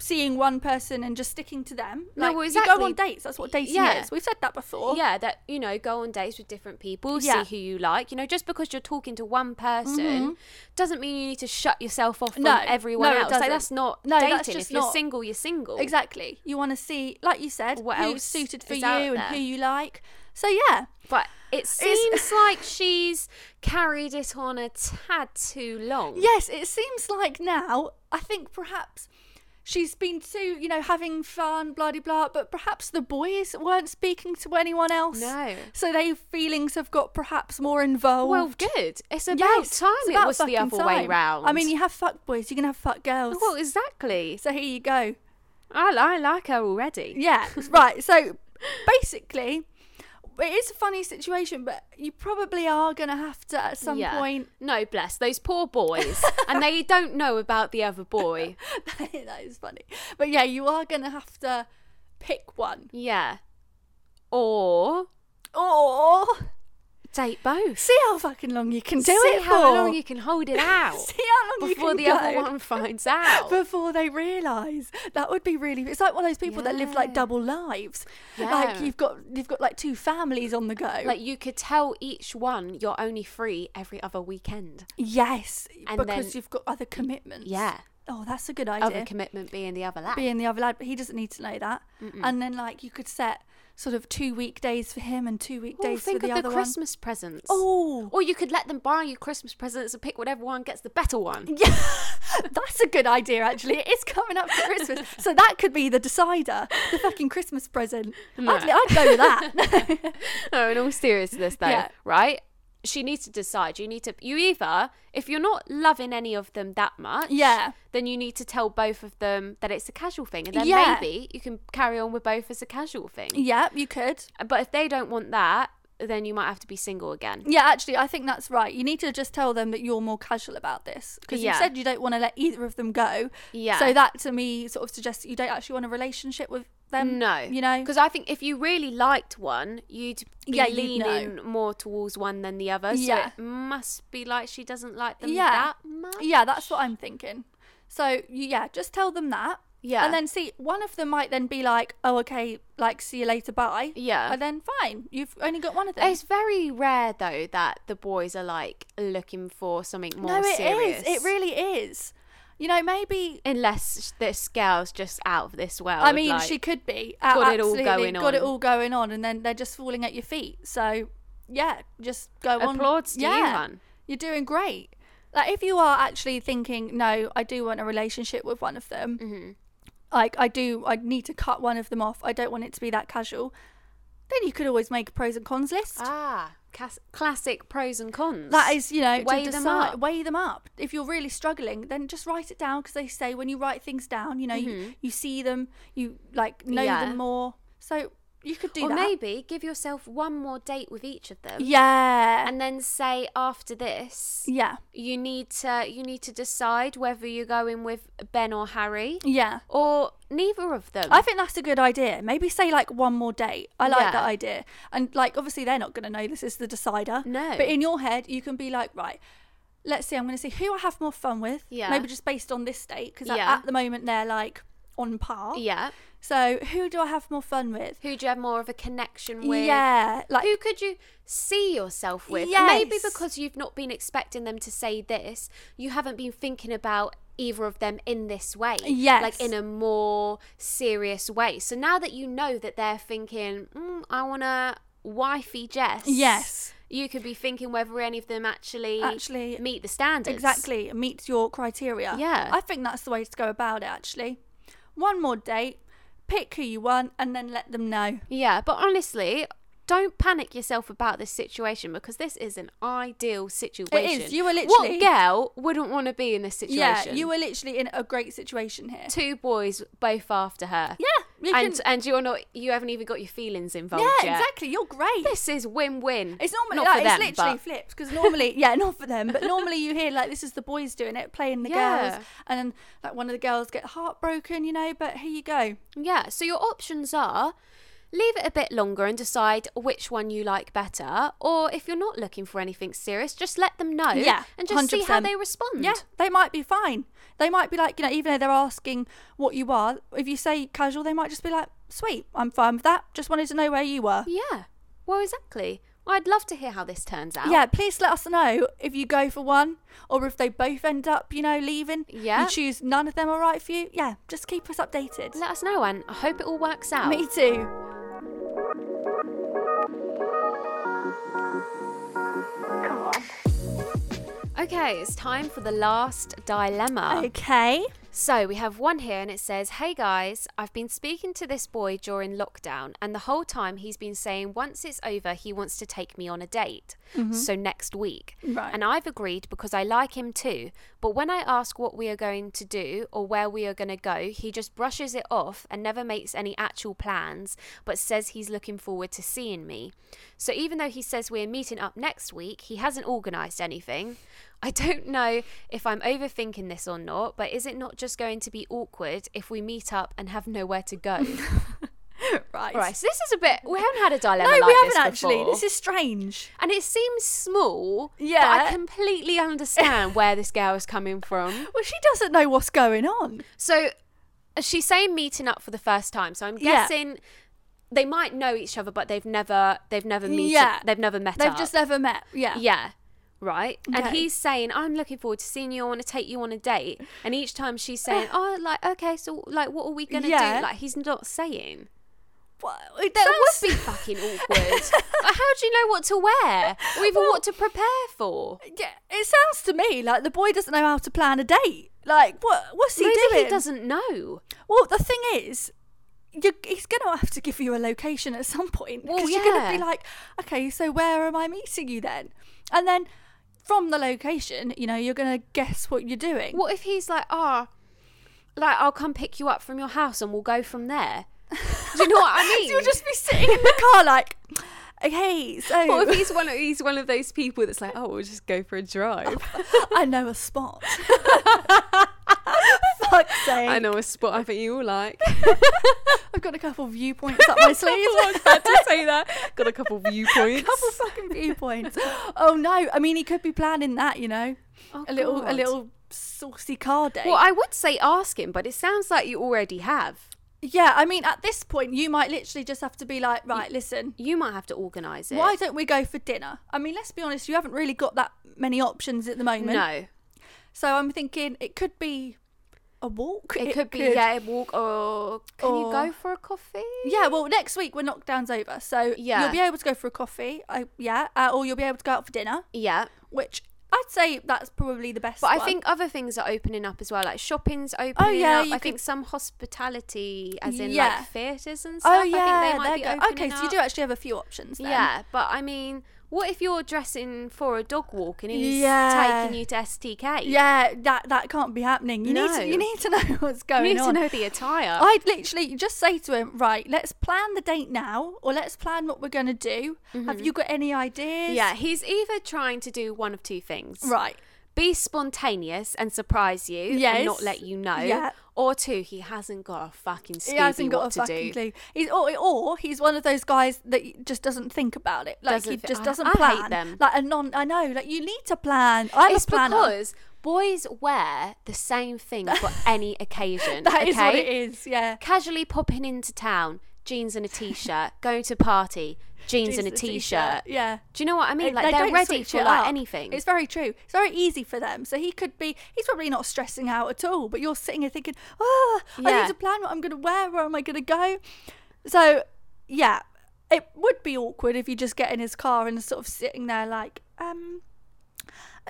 [SPEAKER 2] seeing one person and just sticking to them.
[SPEAKER 1] No,
[SPEAKER 2] Like,
[SPEAKER 1] well,
[SPEAKER 2] you go
[SPEAKER 1] exactly.
[SPEAKER 2] on dates. That's what dating
[SPEAKER 1] Yeah.
[SPEAKER 2] is. We've said that before.
[SPEAKER 1] Yeah, that you know, go on dates with different people,
[SPEAKER 2] Yeah. Mm-hmm.
[SPEAKER 1] see who you like. You know, just because you're talking to one person doesn't mean you need to shut yourself off from
[SPEAKER 2] No,
[SPEAKER 1] everyone
[SPEAKER 2] no, it
[SPEAKER 1] else. Like
[SPEAKER 2] doesn't.
[SPEAKER 1] that's not
[SPEAKER 2] No,
[SPEAKER 1] dating.
[SPEAKER 2] that's just
[SPEAKER 1] if you're
[SPEAKER 2] not-
[SPEAKER 1] single, you're single.
[SPEAKER 2] Exactly. You want to see, like you said,
[SPEAKER 1] What
[SPEAKER 2] who's
[SPEAKER 1] else
[SPEAKER 2] suited for
[SPEAKER 1] is
[SPEAKER 2] you
[SPEAKER 1] out
[SPEAKER 2] and
[SPEAKER 1] there?
[SPEAKER 2] who you like. So yeah,
[SPEAKER 1] But it seems like she's carried it on a tad too long.
[SPEAKER 2] yes, it seems like now. I think perhaps she's been too, you know, having fun, blah de blah. But perhaps the boys weren't speaking to anyone else.
[SPEAKER 1] No.
[SPEAKER 2] So their feelings have got perhaps more involved.
[SPEAKER 1] Well, good. It's about
[SPEAKER 2] Yes,
[SPEAKER 1] time
[SPEAKER 2] it's
[SPEAKER 1] it
[SPEAKER 2] about
[SPEAKER 1] was the
[SPEAKER 2] fucking
[SPEAKER 1] other way
[SPEAKER 2] time.
[SPEAKER 1] round.
[SPEAKER 2] I mean, you have fuck boys, you can have fuck girls.
[SPEAKER 1] well, exactly.
[SPEAKER 2] so here you go.
[SPEAKER 1] I, I like her already.
[SPEAKER 2] Yeah, right. So basically, it is a funny situation, but you probably are going to have to at some
[SPEAKER 1] Yeah.
[SPEAKER 2] point.
[SPEAKER 1] No, bless those poor boys, and they don't know about the other boy.
[SPEAKER 2] that is funny. But yeah, you are going to have to pick one.
[SPEAKER 1] Yeah, or
[SPEAKER 2] Or
[SPEAKER 1] date both.
[SPEAKER 2] see how fucking long you can do
[SPEAKER 1] See
[SPEAKER 2] it
[SPEAKER 1] how
[SPEAKER 2] for.
[SPEAKER 1] long you can hold it out
[SPEAKER 2] see how long you
[SPEAKER 1] before
[SPEAKER 2] can
[SPEAKER 1] the
[SPEAKER 2] go.
[SPEAKER 1] other one finds out.
[SPEAKER 2] before they realise. That would be really. It's like one of those people that live like
[SPEAKER 1] Yeah.
[SPEAKER 2] double lives.
[SPEAKER 1] Yeah.
[SPEAKER 2] Like you've got you've got like two families on the go.
[SPEAKER 1] like you could tell each one you're only free every other weekend.
[SPEAKER 2] yes,
[SPEAKER 1] And
[SPEAKER 2] because
[SPEAKER 1] then-
[SPEAKER 2] you've got other commitments.
[SPEAKER 1] Yeah,
[SPEAKER 2] Oh, that's a good idea.
[SPEAKER 1] other commitment being the other lap.
[SPEAKER 2] Being the other lad, but he doesn't need to know that. And then like you could set sort of two weekdays for him and two
[SPEAKER 1] Ooh,
[SPEAKER 2] weekdays
[SPEAKER 1] Oh, think
[SPEAKER 2] for the
[SPEAKER 1] of
[SPEAKER 2] other
[SPEAKER 1] the Christmas presents.
[SPEAKER 2] one. Oh.
[SPEAKER 1] Or you could let them borrow your Christmas presents and pick whatever one gets the better one.
[SPEAKER 2] Yeah, that's a good idea. Actually, it's coming up to Christmas, so that could be the decider, the fucking Christmas present. I'd, I'd go with that.
[SPEAKER 1] No, in all seriousness though,
[SPEAKER 2] Yeah.
[SPEAKER 1] right? She needs to decide. You need to you either if you're not loving any of them that much,
[SPEAKER 2] Yeah.
[SPEAKER 1] then you need to tell both of them that it's a casual thing and then
[SPEAKER 2] Yeah.
[SPEAKER 1] maybe you can carry on with both as a casual thing.
[SPEAKER 2] yeah, you could.
[SPEAKER 1] But if they don't want that, then you might have to be single again.
[SPEAKER 2] Yeah, actually, I think that's right. You need to just tell them that you're more casual about this because
[SPEAKER 1] Yeah.
[SPEAKER 2] you said you don't want to let either of them go.
[SPEAKER 1] Yeah.
[SPEAKER 2] So that to me sort of suggests that you don't actually want a relationship with them.
[SPEAKER 1] No.
[SPEAKER 2] Um, You know.
[SPEAKER 1] Because I think if you really liked one, you'd be
[SPEAKER 2] Yeah, you'd know.
[SPEAKER 1] leaning more towards one than the other.
[SPEAKER 2] Yeah.
[SPEAKER 1] So it must be like she doesn't like them
[SPEAKER 2] Yeah.
[SPEAKER 1] that much.
[SPEAKER 2] Yeah, that's what I'm thinking. So you- yeah, just tell them that.
[SPEAKER 1] Yeah.
[SPEAKER 2] And then see, one of them might then be like, "Oh, okay, like see you later, bye."
[SPEAKER 1] Yeah.
[SPEAKER 2] And then fine, you've only got one of them.
[SPEAKER 1] It's very rare though that the boys are like looking for something more
[SPEAKER 2] no, it is.
[SPEAKER 1] serious.
[SPEAKER 2] It really is. You know, maybe.
[SPEAKER 1] Unless this girl's just out of this world.
[SPEAKER 2] I mean,
[SPEAKER 1] like-
[SPEAKER 2] she could be
[SPEAKER 1] Got
[SPEAKER 2] got
[SPEAKER 1] it all
[SPEAKER 2] it all
[SPEAKER 1] going
[SPEAKER 2] going got it
[SPEAKER 1] on.
[SPEAKER 2] all going on, and then they're just falling at your feet. So yeah, just go on.
[SPEAKER 1] applauds to you, hun.
[SPEAKER 2] You're doing great. Like if you are actually thinking, no, I do want a relationship with one of them.
[SPEAKER 1] Mm-hmm.
[SPEAKER 2] Like I do, I need to cut one of them off. I don't want it to be that casual. Then you could always make a pros and cons list.
[SPEAKER 1] Ah, cas- classic pros and cons.
[SPEAKER 2] that is, you know,
[SPEAKER 1] Weigh
[SPEAKER 2] to
[SPEAKER 1] them
[SPEAKER 2] decide,
[SPEAKER 1] up.
[SPEAKER 2] weigh them up. If you're really struggling, then just write it down because they say when you write things down, you know, you, you see them, you like know
[SPEAKER 1] Mm-hmm. Yeah.
[SPEAKER 2] them more. So you could do
[SPEAKER 1] Or
[SPEAKER 2] that.
[SPEAKER 1] maybe give yourself one more date with each of them.
[SPEAKER 2] yeah,
[SPEAKER 1] And then say after this,
[SPEAKER 2] yeah,
[SPEAKER 1] you need to you need to decide whether you're going with Ben or Harry
[SPEAKER 2] yeah.
[SPEAKER 1] or neither of them.
[SPEAKER 2] I think that's a good idea. Maybe say like one more date. I like
[SPEAKER 1] Yeah.
[SPEAKER 2] that idea. And like obviously they're not going to know this is the decider.
[SPEAKER 1] No.
[SPEAKER 2] But in your head you can be like, right, let's see. I'm going to see who I have more fun with.
[SPEAKER 1] Yeah.
[SPEAKER 2] Maybe just based on this date because
[SPEAKER 1] Yeah. E
[SPEAKER 2] at, the moment they're like on par.
[SPEAKER 1] yeah.
[SPEAKER 2] So who do I have more fun with?
[SPEAKER 1] Who do you have more of a connection with?
[SPEAKER 2] Yeah. Like
[SPEAKER 1] Who could you see yourself with?
[SPEAKER 2] Yes.
[SPEAKER 1] Maybe because you've not been expecting them to say this, you haven't been thinking about either of them in this way.
[SPEAKER 2] Yes.
[SPEAKER 1] Like in a more serious way. So now that you know that they're thinking, mm, I want to wifey Jess.
[SPEAKER 2] Yes.
[SPEAKER 1] You could be thinking whether any of them actually
[SPEAKER 2] Actually-
[SPEAKER 1] meet the standards.
[SPEAKER 2] exactly meets your criteria.
[SPEAKER 1] Yeah.
[SPEAKER 2] I think that's the way to go about it actually. One more date, pick who you want and then let them know.
[SPEAKER 1] Yeah, but honestly, don't panic yourself about this situation because this is an ideal situation.
[SPEAKER 2] You were literally-
[SPEAKER 1] What girl wouldn't want to be in this situation?
[SPEAKER 2] Yeah, you were literally in a great situation here.
[SPEAKER 1] two boys both after her.
[SPEAKER 2] Yeah, you
[SPEAKER 1] and
[SPEAKER 2] can-
[SPEAKER 1] and you're not you haven't even got your feelings involved
[SPEAKER 2] Yeah,
[SPEAKER 1] yet.
[SPEAKER 2] exactly. You're great.
[SPEAKER 1] This is win-win.
[SPEAKER 2] it's normally
[SPEAKER 1] not
[SPEAKER 2] like,
[SPEAKER 1] for them,
[SPEAKER 2] it's literally
[SPEAKER 1] but-
[SPEAKER 2] flipped because normally, yeah, not for them, but normally you hear like this is the boys doing it, playing the
[SPEAKER 1] Yeah.
[SPEAKER 2] girls, and then like one of the girls get heartbroken, you know. But here you go.
[SPEAKER 1] yeah. So your options are Leave it a bit longer and decide which one you like better. Or if you're not looking for anything serious, just let them know
[SPEAKER 2] Yeah,
[SPEAKER 1] and just see how
[SPEAKER 2] 100%.
[SPEAKER 1] they respond.
[SPEAKER 2] Yeah, they might be fine. They might be like, you know, even though they're asking what you are, if you say casual, they might just be like, sweet, I'm fine with that. Just wanted to know where you were.
[SPEAKER 1] Yeah. Well, exactly. I'd love to hear how this turns out.
[SPEAKER 2] Yeah, please let us know if you go for one or if they both end up, you know, leaving.
[SPEAKER 1] Yeah.
[SPEAKER 2] You choose none of them are right for you. Yeah, just keep us updated.
[SPEAKER 1] Let us know, and I hope it all works out.
[SPEAKER 2] Me too.
[SPEAKER 1] Okay, it's time for the last
[SPEAKER 2] Oh.
[SPEAKER 1] dilemma.
[SPEAKER 2] Okay.
[SPEAKER 1] So we have one here and it says, Hey guys, I've been speaking to this boy during lockdown, and the whole time he's been saying once it's over, he wants to take me on a date. So next week.
[SPEAKER 2] Right.
[SPEAKER 1] And I've agreed because I like him too. But when I ask what we are going to do or where we are going to go, he just brushes it off and never makes any actual plans, but says he's looking forward to seeing me. So even though he says we're meeting up next week, he hasn't organised anything. I don't know if I'm overthinking this or not, but is it not just going to be awkward if we meet up and have nowhere to go?
[SPEAKER 2] Right.
[SPEAKER 1] right, so this is a bit. We haven't had a dilemma
[SPEAKER 2] No,
[SPEAKER 1] like
[SPEAKER 2] we
[SPEAKER 1] this
[SPEAKER 2] haven't actually.
[SPEAKER 1] before.
[SPEAKER 2] This is strange.
[SPEAKER 1] And it seems small, but I
[SPEAKER 2] Yeah.
[SPEAKER 1] completely understand where this girl is coming from.
[SPEAKER 2] Well, she doesn't know what's going on.
[SPEAKER 1] So uh, she's saying meeting up for the first time. So I'm
[SPEAKER 2] Yeah.
[SPEAKER 1] guessing they might know each other, but they've never they've never meet
[SPEAKER 2] Yeah.
[SPEAKER 1] they've never met
[SPEAKER 2] They've
[SPEAKER 1] up.
[SPEAKER 2] just never met. Yeah.
[SPEAKER 1] yeah. Right, and
[SPEAKER 2] Okay.
[SPEAKER 1] he's saying, "I'm looking forward to seeing you. I want to take you on a date." And each time she's saying, "Oh, like okay, so like what are we gonna
[SPEAKER 2] Yeah.
[SPEAKER 1] do?" Like he's not saying.
[SPEAKER 2] Well, that
[SPEAKER 1] That would
[SPEAKER 2] was-
[SPEAKER 1] be fucking awkward. Like, how do you know what to wear or even what to prepare for?
[SPEAKER 2] Yeah, it sounds to me like the boy doesn't know how to plan a date. Like, what? What's he
[SPEAKER 1] Maybe
[SPEAKER 2] doing?
[SPEAKER 1] he doesn't know.
[SPEAKER 2] Well, the thing is, you he's going to have to give you a location at some point
[SPEAKER 1] Well,
[SPEAKER 2] because you're going
[SPEAKER 1] yeah.
[SPEAKER 2] to be like, okay, so where am I meeting you then? And then from the location, you know, you're going to guess what you're doing.
[SPEAKER 1] What if he's like, ah, like I'll come pick you up from your house and we'll go from there? Do you know what I mean?
[SPEAKER 2] So you'll just be sitting in the car like, okay, so
[SPEAKER 1] What if he's one of he's one of those people that's like, oh, we'll just go for a drive.
[SPEAKER 2] I know a spot. Fuck's sake.
[SPEAKER 1] I know a spot I think you all like.
[SPEAKER 2] I've got a couple of viewpoints up my
[SPEAKER 1] I
[SPEAKER 2] sleeve.
[SPEAKER 1] was about to say that. Got a couple viewpoints.
[SPEAKER 2] couple fucking viewpoints. Oh no! I mean, he could be planning that, you know,
[SPEAKER 1] Oh,
[SPEAKER 2] a little, a
[SPEAKER 1] God.
[SPEAKER 2] little saucy car date.
[SPEAKER 1] Well, I would say ask him, but it sounds like you already have.
[SPEAKER 2] yeah, I mean, at this point, you might literally just have to be like, right, listen,
[SPEAKER 1] You might have to organise it.
[SPEAKER 2] why don't we go for dinner? I mean, let's be honest, you haven't really got that many options at the moment.
[SPEAKER 1] No,
[SPEAKER 2] So I'm thinking it could be a walk.
[SPEAKER 1] it, could be yeah, a walk or can you
[SPEAKER 2] Or-
[SPEAKER 1] go for a coffee?
[SPEAKER 2] Yeah, well, next week when lockdown's over, so
[SPEAKER 1] Yeah.
[SPEAKER 2] you'll be able to go for a coffee, I, yeah, uh, or you'll be able to go out for dinner,
[SPEAKER 1] yeah.
[SPEAKER 2] which I'd say that's probably the best.
[SPEAKER 1] But I
[SPEAKER 2] one.
[SPEAKER 1] think other things are opening up as well, like shopping's opening
[SPEAKER 2] Oh, yeah,
[SPEAKER 1] up. I
[SPEAKER 2] you
[SPEAKER 1] think some hospitality, as in
[SPEAKER 2] Yeah.
[SPEAKER 1] like theatres and
[SPEAKER 2] Oh
[SPEAKER 1] stuff.
[SPEAKER 2] yeah,
[SPEAKER 1] I think they might be
[SPEAKER 2] there go-
[SPEAKER 1] opening
[SPEAKER 2] okay. So you do
[SPEAKER 1] up.
[SPEAKER 2] actually have a few options. Then.
[SPEAKER 1] Yeah, but I mean, what if you're dressing for a dog walk and he's
[SPEAKER 2] Yeah.
[SPEAKER 1] taking you to STK?
[SPEAKER 2] yeah, that that can't be happening. You need
[SPEAKER 1] No.
[SPEAKER 2] to, you need to know what's going
[SPEAKER 1] you need
[SPEAKER 2] on.
[SPEAKER 1] to know the attire.
[SPEAKER 2] I'd literally just say to him, right, let's plan the date now, or let's plan what we're going to do. Have you got any ideas?
[SPEAKER 1] Mm-hmm. yeah, he's either trying to do one of two things.
[SPEAKER 2] Right.
[SPEAKER 1] Be spontaneous and surprise you and not
[SPEAKER 2] Yes.
[SPEAKER 1] let you know.
[SPEAKER 2] Yeah.
[SPEAKER 1] Or two, he hasn't got a fucking
[SPEAKER 2] He
[SPEAKER 1] Scooby
[SPEAKER 2] hasn't got
[SPEAKER 1] what
[SPEAKER 2] a
[SPEAKER 1] to
[SPEAKER 2] fucking
[SPEAKER 1] do.
[SPEAKER 2] clue. He's or, or he's one of those guys that just doesn't think about it. Like
[SPEAKER 1] Doesn't
[SPEAKER 2] he
[SPEAKER 1] thi-
[SPEAKER 2] just
[SPEAKER 1] I-
[SPEAKER 2] doesn't
[SPEAKER 1] I hate
[SPEAKER 2] plan.
[SPEAKER 1] them.
[SPEAKER 2] Like a non. I know. Like you need to plan. I'm
[SPEAKER 1] it's
[SPEAKER 2] a planner.
[SPEAKER 1] because boys wear the same thing for any occasion.
[SPEAKER 2] That
[SPEAKER 1] okay?
[SPEAKER 2] is what it is. Yeah.
[SPEAKER 1] Casually popping into town, jeans and a t-shirt, going to party, jeans, and a t-shirt.
[SPEAKER 2] Yeah.
[SPEAKER 1] Do you know what I mean?
[SPEAKER 2] They-
[SPEAKER 1] Like
[SPEAKER 2] they
[SPEAKER 1] they are
[SPEAKER 2] don't
[SPEAKER 1] ready
[SPEAKER 2] switch
[SPEAKER 1] for
[SPEAKER 2] it
[SPEAKER 1] like
[SPEAKER 2] up.
[SPEAKER 1] anything.
[SPEAKER 2] It's very true. It's very easy for them. So he could be, he's probably not stressing out at all, but you're sitting here thinking, oh, I
[SPEAKER 1] Yeah.
[SPEAKER 2] need to plan what I'm going to wear. Where am I going to go? So, yeah, it would be awkward if you just get in his car and sort of sitting there like, um,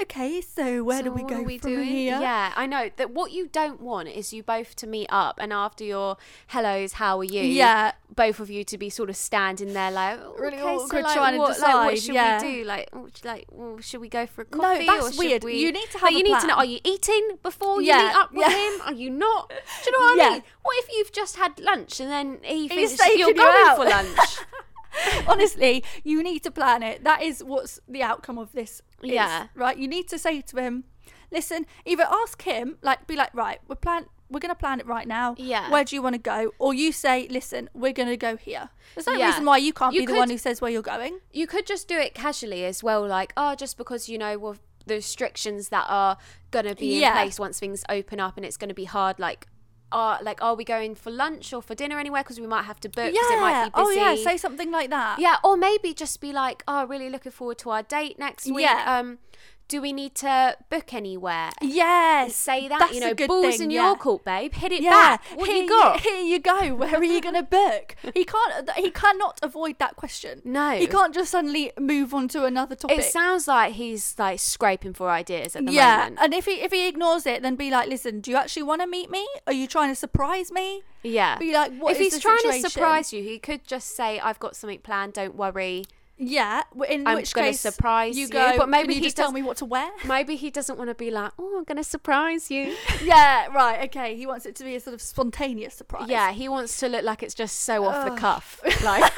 [SPEAKER 2] okay, so where do
[SPEAKER 1] So
[SPEAKER 2] we
[SPEAKER 1] what
[SPEAKER 2] go
[SPEAKER 1] are we
[SPEAKER 2] from
[SPEAKER 1] doing?
[SPEAKER 2] here?
[SPEAKER 1] Yeah, I know that what you don't want is you both to meet up and after your hellos, how are you?
[SPEAKER 2] Yeah.
[SPEAKER 1] both of you to be sort of standing there like "Oh,
[SPEAKER 2] Really
[SPEAKER 1] okay, so
[SPEAKER 2] awkward
[SPEAKER 1] like,
[SPEAKER 2] trying to
[SPEAKER 1] what, like, what
[SPEAKER 2] decide,
[SPEAKER 1] should
[SPEAKER 2] yeah.
[SPEAKER 1] we do? Like, oh, sh- like, well, should we go for a coffee?
[SPEAKER 2] that's
[SPEAKER 1] or should
[SPEAKER 2] weird.
[SPEAKER 1] we-
[SPEAKER 2] You need to
[SPEAKER 1] Like,
[SPEAKER 2] have a
[SPEAKER 1] you need to know:
[SPEAKER 2] plan.
[SPEAKER 1] Are you eating before you
[SPEAKER 2] Yeah,
[SPEAKER 1] meet up with
[SPEAKER 2] yeah.
[SPEAKER 1] him? Are you not? Do you know what I
[SPEAKER 2] Yeah.
[SPEAKER 1] mean? What if you've just had lunch and then he
[SPEAKER 2] He's
[SPEAKER 1] thinks
[SPEAKER 2] taking
[SPEAKER 1] you're
[SPEAKER 2] you
[SPEAKER 1] going
[SPEAKER 2] out.
[SPEAKER 1] for lunch?
[SPEAKER 2] Honestly, you need to plan it. That is what's the outcome of this. is,
[SPEAKER 1] Yeah.
[SPEAKER 2] right. You need to say to him, listen. Either ask him, like, be like, right, we're plan we're gonna plan it right now.
[SPEAKER 1] Yeah.
[SPEAKER 2] Where do you want to go? Or you say, listen, we're gonna go here. There's no
[SPEAKER 1] Yeah.
[SPEAKER 2] reason why you can't
[SPEAKER 1] You
[SPEAKER 2] be the one
[SPEAKER 1] could-
[SPEAKER 2] who says where you're going.
[SPEAKER 1] You could just do it casually as well, like, oh, just because, you know, well, the restrictions that are going to be
[SPEAKER 2] Yeah.
[SPEAKER 1] in place once things open up and it's going to be hard, like, are, like, are we going for lunch or for dinner anywhere? Because we might have to book 'cause it might be
[SPEAKER 2] Oh
[SPEAKER 1] busy.
[SPEAKER 2] yeah. Say something like that.
[SPEAKER 1] Yeah, or maybe just be like, oh, really looking forward to our date next week.
[SPEAKER 2] Yeah.
[SPEAKER 1] Um, do we need to book anywhere?
[SPEAKER 2] Yes.
[SPEAKER 1] Say that,
[SPEAKER 2] That's
[SPEAKER 1] you
[SPEAKER 2] a
[SPEAKER 1] know,
[SPEAKER 2] good
[SPEAKER 1] balls
[SPEAKER 2] thing,
[SPEAKER 1] in
[SPEAKER 2] yeah.
[SPEAKER 1] your court, babe. Hit it back. What
[SPEAKER 2] here
[SPEAKER 1] you got?
[SPEAKER 2] here you go. Where are you going to book? He can't. He cannot avoid that question.
[SPEAKER 1] No.
[SPEAKER 2] He can't just suddenly move on to another topic.
[SPEAKER 1] It sounds like he's like scraping for ideas at the
[SPEAKER 2] yeah, Uh,
[SPEAKER 1] moment.
[SPEAKER 2] and if he if he ignores it, then be like, listen, do you actually want to meet me? Are you trying to surprise me?
[SPEAKER 1] Yeah.
[SPEAKER 2] Be like, "What
[SPEAKER 1] if
[SPEAKER 2] is
[SPEAKER 1] he's
[SPEAKER 2] the
[SPEAKER 1] trying
[SPEAKER 2] situation?"
[SPEAKER 1] to surprise you, he could just say, "I've got something planned. Don't worry."
[SPEAKER 2] Yeah, w- in
[SPEAKER 1] I'm
[SPEAKER 2] which
[SPEAKER 1] gonna
[SPEAKER 2] case
[SPEAKER 1] surprise
[SPEAKER 2] you
[SPEAKER 1] you,
[SPEAKER 2] go.
[SPEAKER 1] but maybe
[SPEAKER 2] "Can you
[SPEAKER 1] he
[SPEAKER 2] just tell
[SPEAKER 1] does-
[SPEAKER 2] me what to wear.
[SPEAKER 1] Maybe he doesn't want to be like, "Oh, I'm gonna surprise you."
[SPEAKER 2] yeah, right. Okay, he wants it to be a sort of spontaneous surprise.
[SPEAKER 1] yeah, he wants to look like it's just so off the
[SPEAKER 2] Ugh.
[SPEAKER 1] cuff, like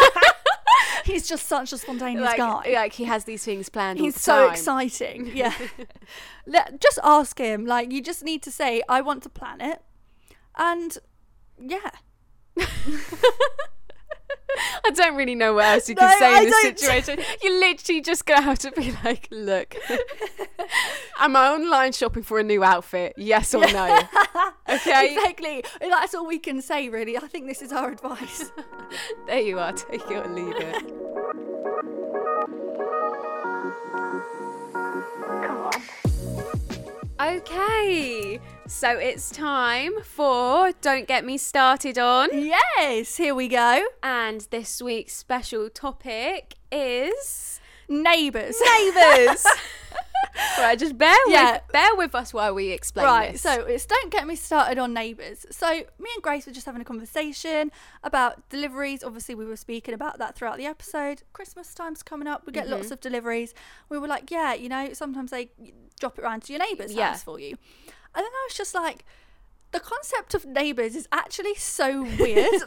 [SPEAKER 2] he's just such a spontaneous
[SPEAKER 1] like,
[SPEAKER 2] guy.
[SPEAKER 1] like he has these things planned. all
[SPEAKER 2] He's
[SPEAKER 1] the
[SPEAKER 2] so
[SPEAKER 1] time.
[SPEAKER 2] exciting. Yeah. Let, just ask him. Like, you just need to say, I want to plan it. And yeah.
[SPEAKER 1] I don't really know what else you
[SPEAKER 2] No,
[SPEAKER 1] can say
[SPEAKER 2] I
[SPEAKER 1] in this
[SPEAKER 2] don't-
[SPEAKER 1] situation. You're literally just gonna have to be like, "Look, am I online shopping for a new outfit? Yes or no?" Okay,
[SPEAKER 2] Exactly. That's all we can say, really. I think this is our advice.
[SPEAKER 1] there you are. Take it or leave it.
[SPEAKER 2] Come on.
[SPEAKER 1] Okay, so it's time for Don't Get Me Started On.
[SPEAKER 2] Yes, here we go.
[SPEAKER 1] And this week's special topic is
[SPEAKER 2] Neighbours.
[SPEAKER 1] neighbours. right, just bear
[SPEAKER 2] Yeah.
[SPEAKER 1] with bear with us while we explain
[SPEAKER 2] Right,
[SPEAKER 1] this.
[SPEAKER 2] so it's don't get me started on neighbours. So me and Grace were just having a conversation about deliveries. Obviously, we were speaking about that throughout the episode. Christmas time's coming up. We get lots of deliveries. We were like, yeah, you know, sometimes they drop it round to your neighbour's
[SPEAKER 1] Yeah.
[SPEAKER 2] house for you. And then I was just like, the concept of neighbours is actually so weird.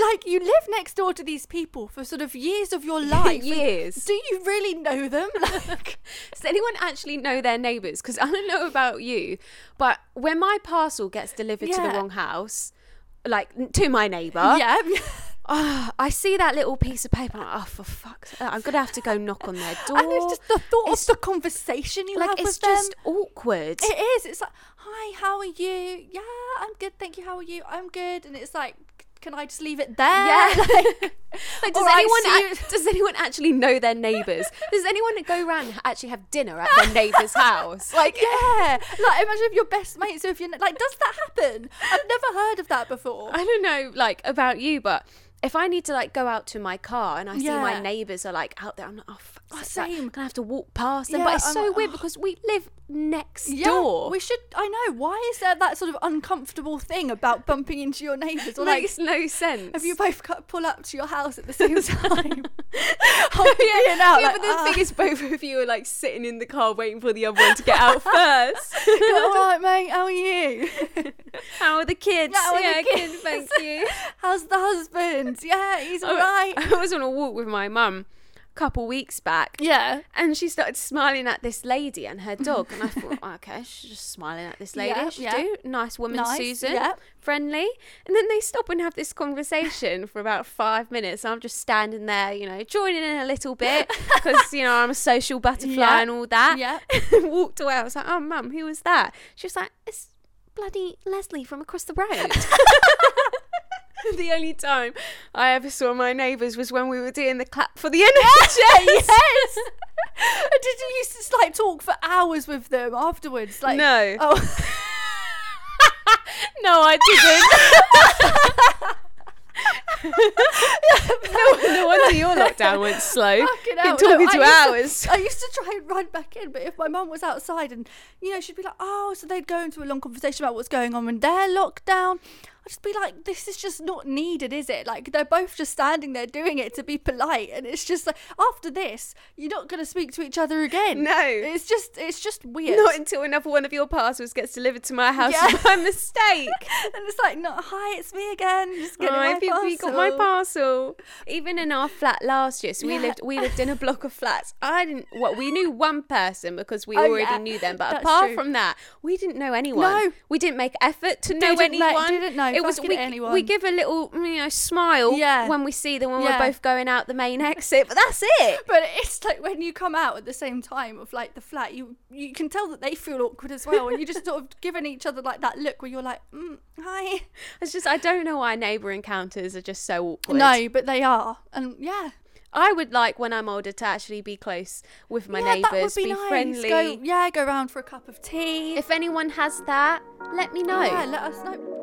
[SPEAKER 2] like you live next door to these people for sort of years of your life.
[SPEAKER 1] Years.
[SPEAKER 2] Do you really know them? Like,
[SPEAKER 1] Does anyone actually know their neighbours? Because I don't know about you, but when my parcel gets delivered to the
[SPEAKER 2] Yeah.
[SPEAKER 1] wrong house, like n- to my neighbour,
[SPEAKER 2] yeah.
[SPEAKER 1] ah, I see that little piece of paper. I'm like, oh, for fuck's sake, I'm gonna have to go knock on their door.
[SPEAKER 2] And it's just the thought
[SPEAKER 1] It's-
[SPEAKER 2] of the conversation you have
[SPEAKER 1] like it's
[SPEAKER 2] with
[SPEAKER 1] just
[SPEAKER 2] them.
[SPEAKER 1] awkward.
[SPEAKER 2] It is. It's like, hi, how are you? Yeah, I'm good, thank you. How are you? I'm good. And it's like, can I just leave it there? Like,
[SPEAKER 1] Like, does
[SPEAKER 2] "All right,
[SPEAKER 1] anyone
[SPEAKER 2] see you."
[SPEAKER 1] ac- does anyone actually know their neighbours? does anyone go around and actually have dinner at their neighbour's house? Like,
[SPEAKER 2] yeah, like imagine if your best mates with your like. Does that happen? I've never heard of that before.
[SPEAKER 1] I don't know, like about you, but if I need to like go out to my car and I see my
[SPEAKER 2] Yeah.
[SPEAKER 1] neighbours are like out there, I'm like, oh, fuck,
[SPEAKER 2] Oh,
[SPEAKER 1] I'm
[SPEAKER 2] same.
[SPEAKER 1] gonna have to walk past them. but
[SPEAKER 2] Yeah,
[SPEAKER 1] it's
[SPEAKER 2] I'm
[SPEAKER 1] so
[SPEAKER 2] like,
[SPEAKER 1] weird
[SPEAKER 2] "Oh."
[SPEAKER 1] because we live next door.
[SPEAKER 2] We should. I know. Why is there that sort of uncomfortable thing about bumping into your neighbours? Or like,
[SPEAKER 1] makes no sense.
[SPEAKER 2] have you both cut, pull up to your house at the same time?
[SPEAKER 1] yeah,
[SPEAKER 2] being out,
[SPEAKER 1] yeah,
[SPEAKER 2] like,
[SPEAKER 1] but the
[SPEAKER 2] "Ah."
[SPEAKER 1] thing is, both of you are like sitting in the car waiting for the other one to get out first.
[SPEAKER 2] All right, mate. How are you?
[SPEAKER 1] How are the kids?
[SPEAKER 2] How are the
[SPEAKER 1] good,
[SPEAKER 2] kids?
[SPEAKER 1] thank you. Oh,
[SPEAKER 2] How's the husband? Yeah, he's all
[SPEAKER 1] I-
[SPEAKER 2] right.
[SPEAKER 1] I was on a walk with my mum a couple weeks back.
[SPEAKER 2] Yeah.
[SPEAKER 1] And she started smiling at this lady and her dog, and I thought, "Oh, okay, she's just smiling at this lady.
[SPEAKER 2] Yeah,
[SPEAKER 1] she
[SPEAKER 2] yeah.
[SPEAKER 1] do nice woman,
[SPEAKER 2] Nice,
[SPEAKER 1] Susan,
[SPEAKER 2] yeah.
[SPEAKER 1] friendly." And then they stop and have this conversation for about five minutes. I'm just standing there, you know, joining in a little bit because you know I'm a social butterfly
[SPEAKER 2] Yeah,
[SPEAKER 1] and all that.
[SPEAKER 2] yeah.
[SPEAKER 1] Walked away. I was like, "Oh, mum, who was that?" She was like, "It's bloody Leslie from across the road." the only time I ever saw my neighbours was when we were doing the clap for the NHS.
[SPEAKER 2] yes. And Did you used to just, like talk for hours with them afterwards? Like
[SPEAKER 1] No.
[SPEAKER 2] Oh.
[SPEAKER 1] no, I didn't. no, no wonder your lockdown went slow.
[SPEAKER 2] Fucking
[SPEAKER 1] Been
[SPEAKER 2] hell, no,
[SPEAKER 1] talking
[SPEAKER 2] I
[SPEAKER 1] to
[SPEAKER 2] used
[SPEAKER 1] hours.
[SPEAKER 2] to- I used to try and run back in, but if my mum was outside and, you know, she'd be like, oh, so they'd go into a long conversation about what's going on in their lockdown. I'd just be like, this is just not needed, is it? Like they're both just standing there doing it to be polite, and it's just like after this, you're not gonna speak to each other again.
[SPEAKER 1] No.
[SPEAKER 2] it's just it's just weird.
[SPEAKER 1] Not until another one of your parcels gets delivered to my house
[SPEAKER 2] Yeah.
[SPEAKER 1] by mistake.
[SPEAKER 2] and it's like, not hi, it's me again. Just
[SPEAKER 1] Oh,
[SPEAKER 2] getting
[SPEAKER 1] I
[SPEAKER 2] my
[SPEAKER 1] think
[SPEAKER 2] parcel.
[SPEAKER 1] we got my parcel. Even in our flat last year, so we
[SPEAKER 2] Yeah.
[SPEAKER 1] lived we lived in a block of flats. I didn't. Well, we knew one person because we
[SPEAKER 2] Oh,
[SPEAKER 1] already
[SPEAKER 2] yeah.
[SPEAKER 1] knew them, but
[SPEAKER 2] That's
[SPEAKER 1] apart
[SPEAKER 2] true.
[SPEAKER 1] from that, we didn't know anyone.
[SPEAKER 2] No.
[SPEAKER 1] we didn't make effort to know
[SPEAKER 2] Didn't ma-
[SPEAKER 1] anyone.
[SPEAKER 2] didn't know
[SPEAKER 1] it was
[SPEAKER 2] fucking
[SPEAKER 1] we,
[SPEAKER 2] anyone.
[SPEAKER 1] we give a little you know smile
[SPEAKER 2] Yeah.
[SPEAKER 1] when we see them when
[SPEAKER 2] Yeah.
[SPEAKER 1] we're both going out the main exit, but that's it.
[SPEAKER 2] But it's like when you come out at the same time of like the flat, you you can tell that they feel awkward as well, and you just sort of giving each other like that look where you're like, mm, hi.
[SPEAKER 1] It's just I don't know why neighbour encounters are just so awkward.
[SPEAKER 2] No, but they are, and yeah,
[SPEAKER 1] I would like when I'm older to actually be close with my
[SPEAKER 2] yeah, that would
[SPEAKER 1] neighbours,
[SPEAKER 2] be,
[SPEAKER 1] be,
[SPEAKER 2] nice.
[SPEAKER 1] friendly.
[SPEAKER 2] Go, yeah, go round for a cup of tea.
[SPEAKER 1] If anyone has that, let me know.
[SPEAKER 2] Yeah, let us know.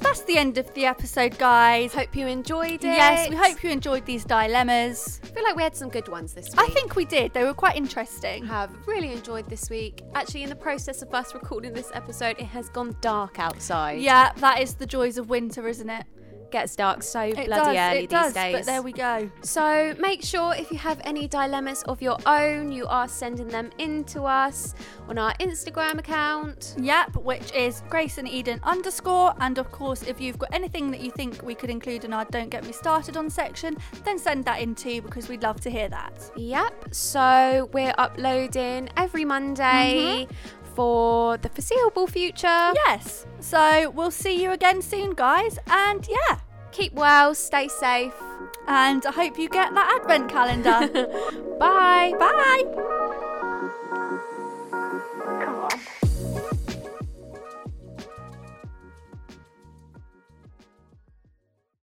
[SPEAKER 2] That's the end of the episode, guys.
[SPEAKER 1] Hope you enjoyed it.
[SPEAKER 2] Yes, we hope you enjoyed these dilemmas.
[SPEAKER 1] I feel like we had some good ones this week.
[SPEAKER 2] I think we did. They were quite interesting.
[SPEAKER 1] have really enjoyed this week. Actually, in the process of us recording this episode, it has gone dark outside.
[SPEAKER 2] Yeah, that is the joys of winter, isn't it?
[SPEAKER 1] gets dark so
[SPEAKER 2] It
[SPEAKER 1] bloody
[SPEAKER 2] does,
[SPEAKER 1] early
[SPEAKER 2] it
[SPEAKER 1] these
[SPEAKER 2] does,
[SPEAKER 1] days.
[SPEAKER 2] But there we go.
[SPEAKER 1] So make sure if you have any dilemmas of your own, you are sending them in to us on our Instagram account.
[SPEAKER 2] Yep, which is Grace and Eden underscore. And of course, if you've got anything that you think we could include in our Don't Get Me Started on section, then send that in too because we'd love to hear that.
[SPEAKER 1] Yep. So we're uploading every Monday for the foreseeable future.
[SPEAKER 2] Yes, so we'll see you again soon, guys. And yeah,
[SPEAKER 1] Keep well, stay safe.
[SPEAKER 2] and I hope you get that advent calendar.
[SPEAKER 1] Bye.
[SPEAKER 2] Bye.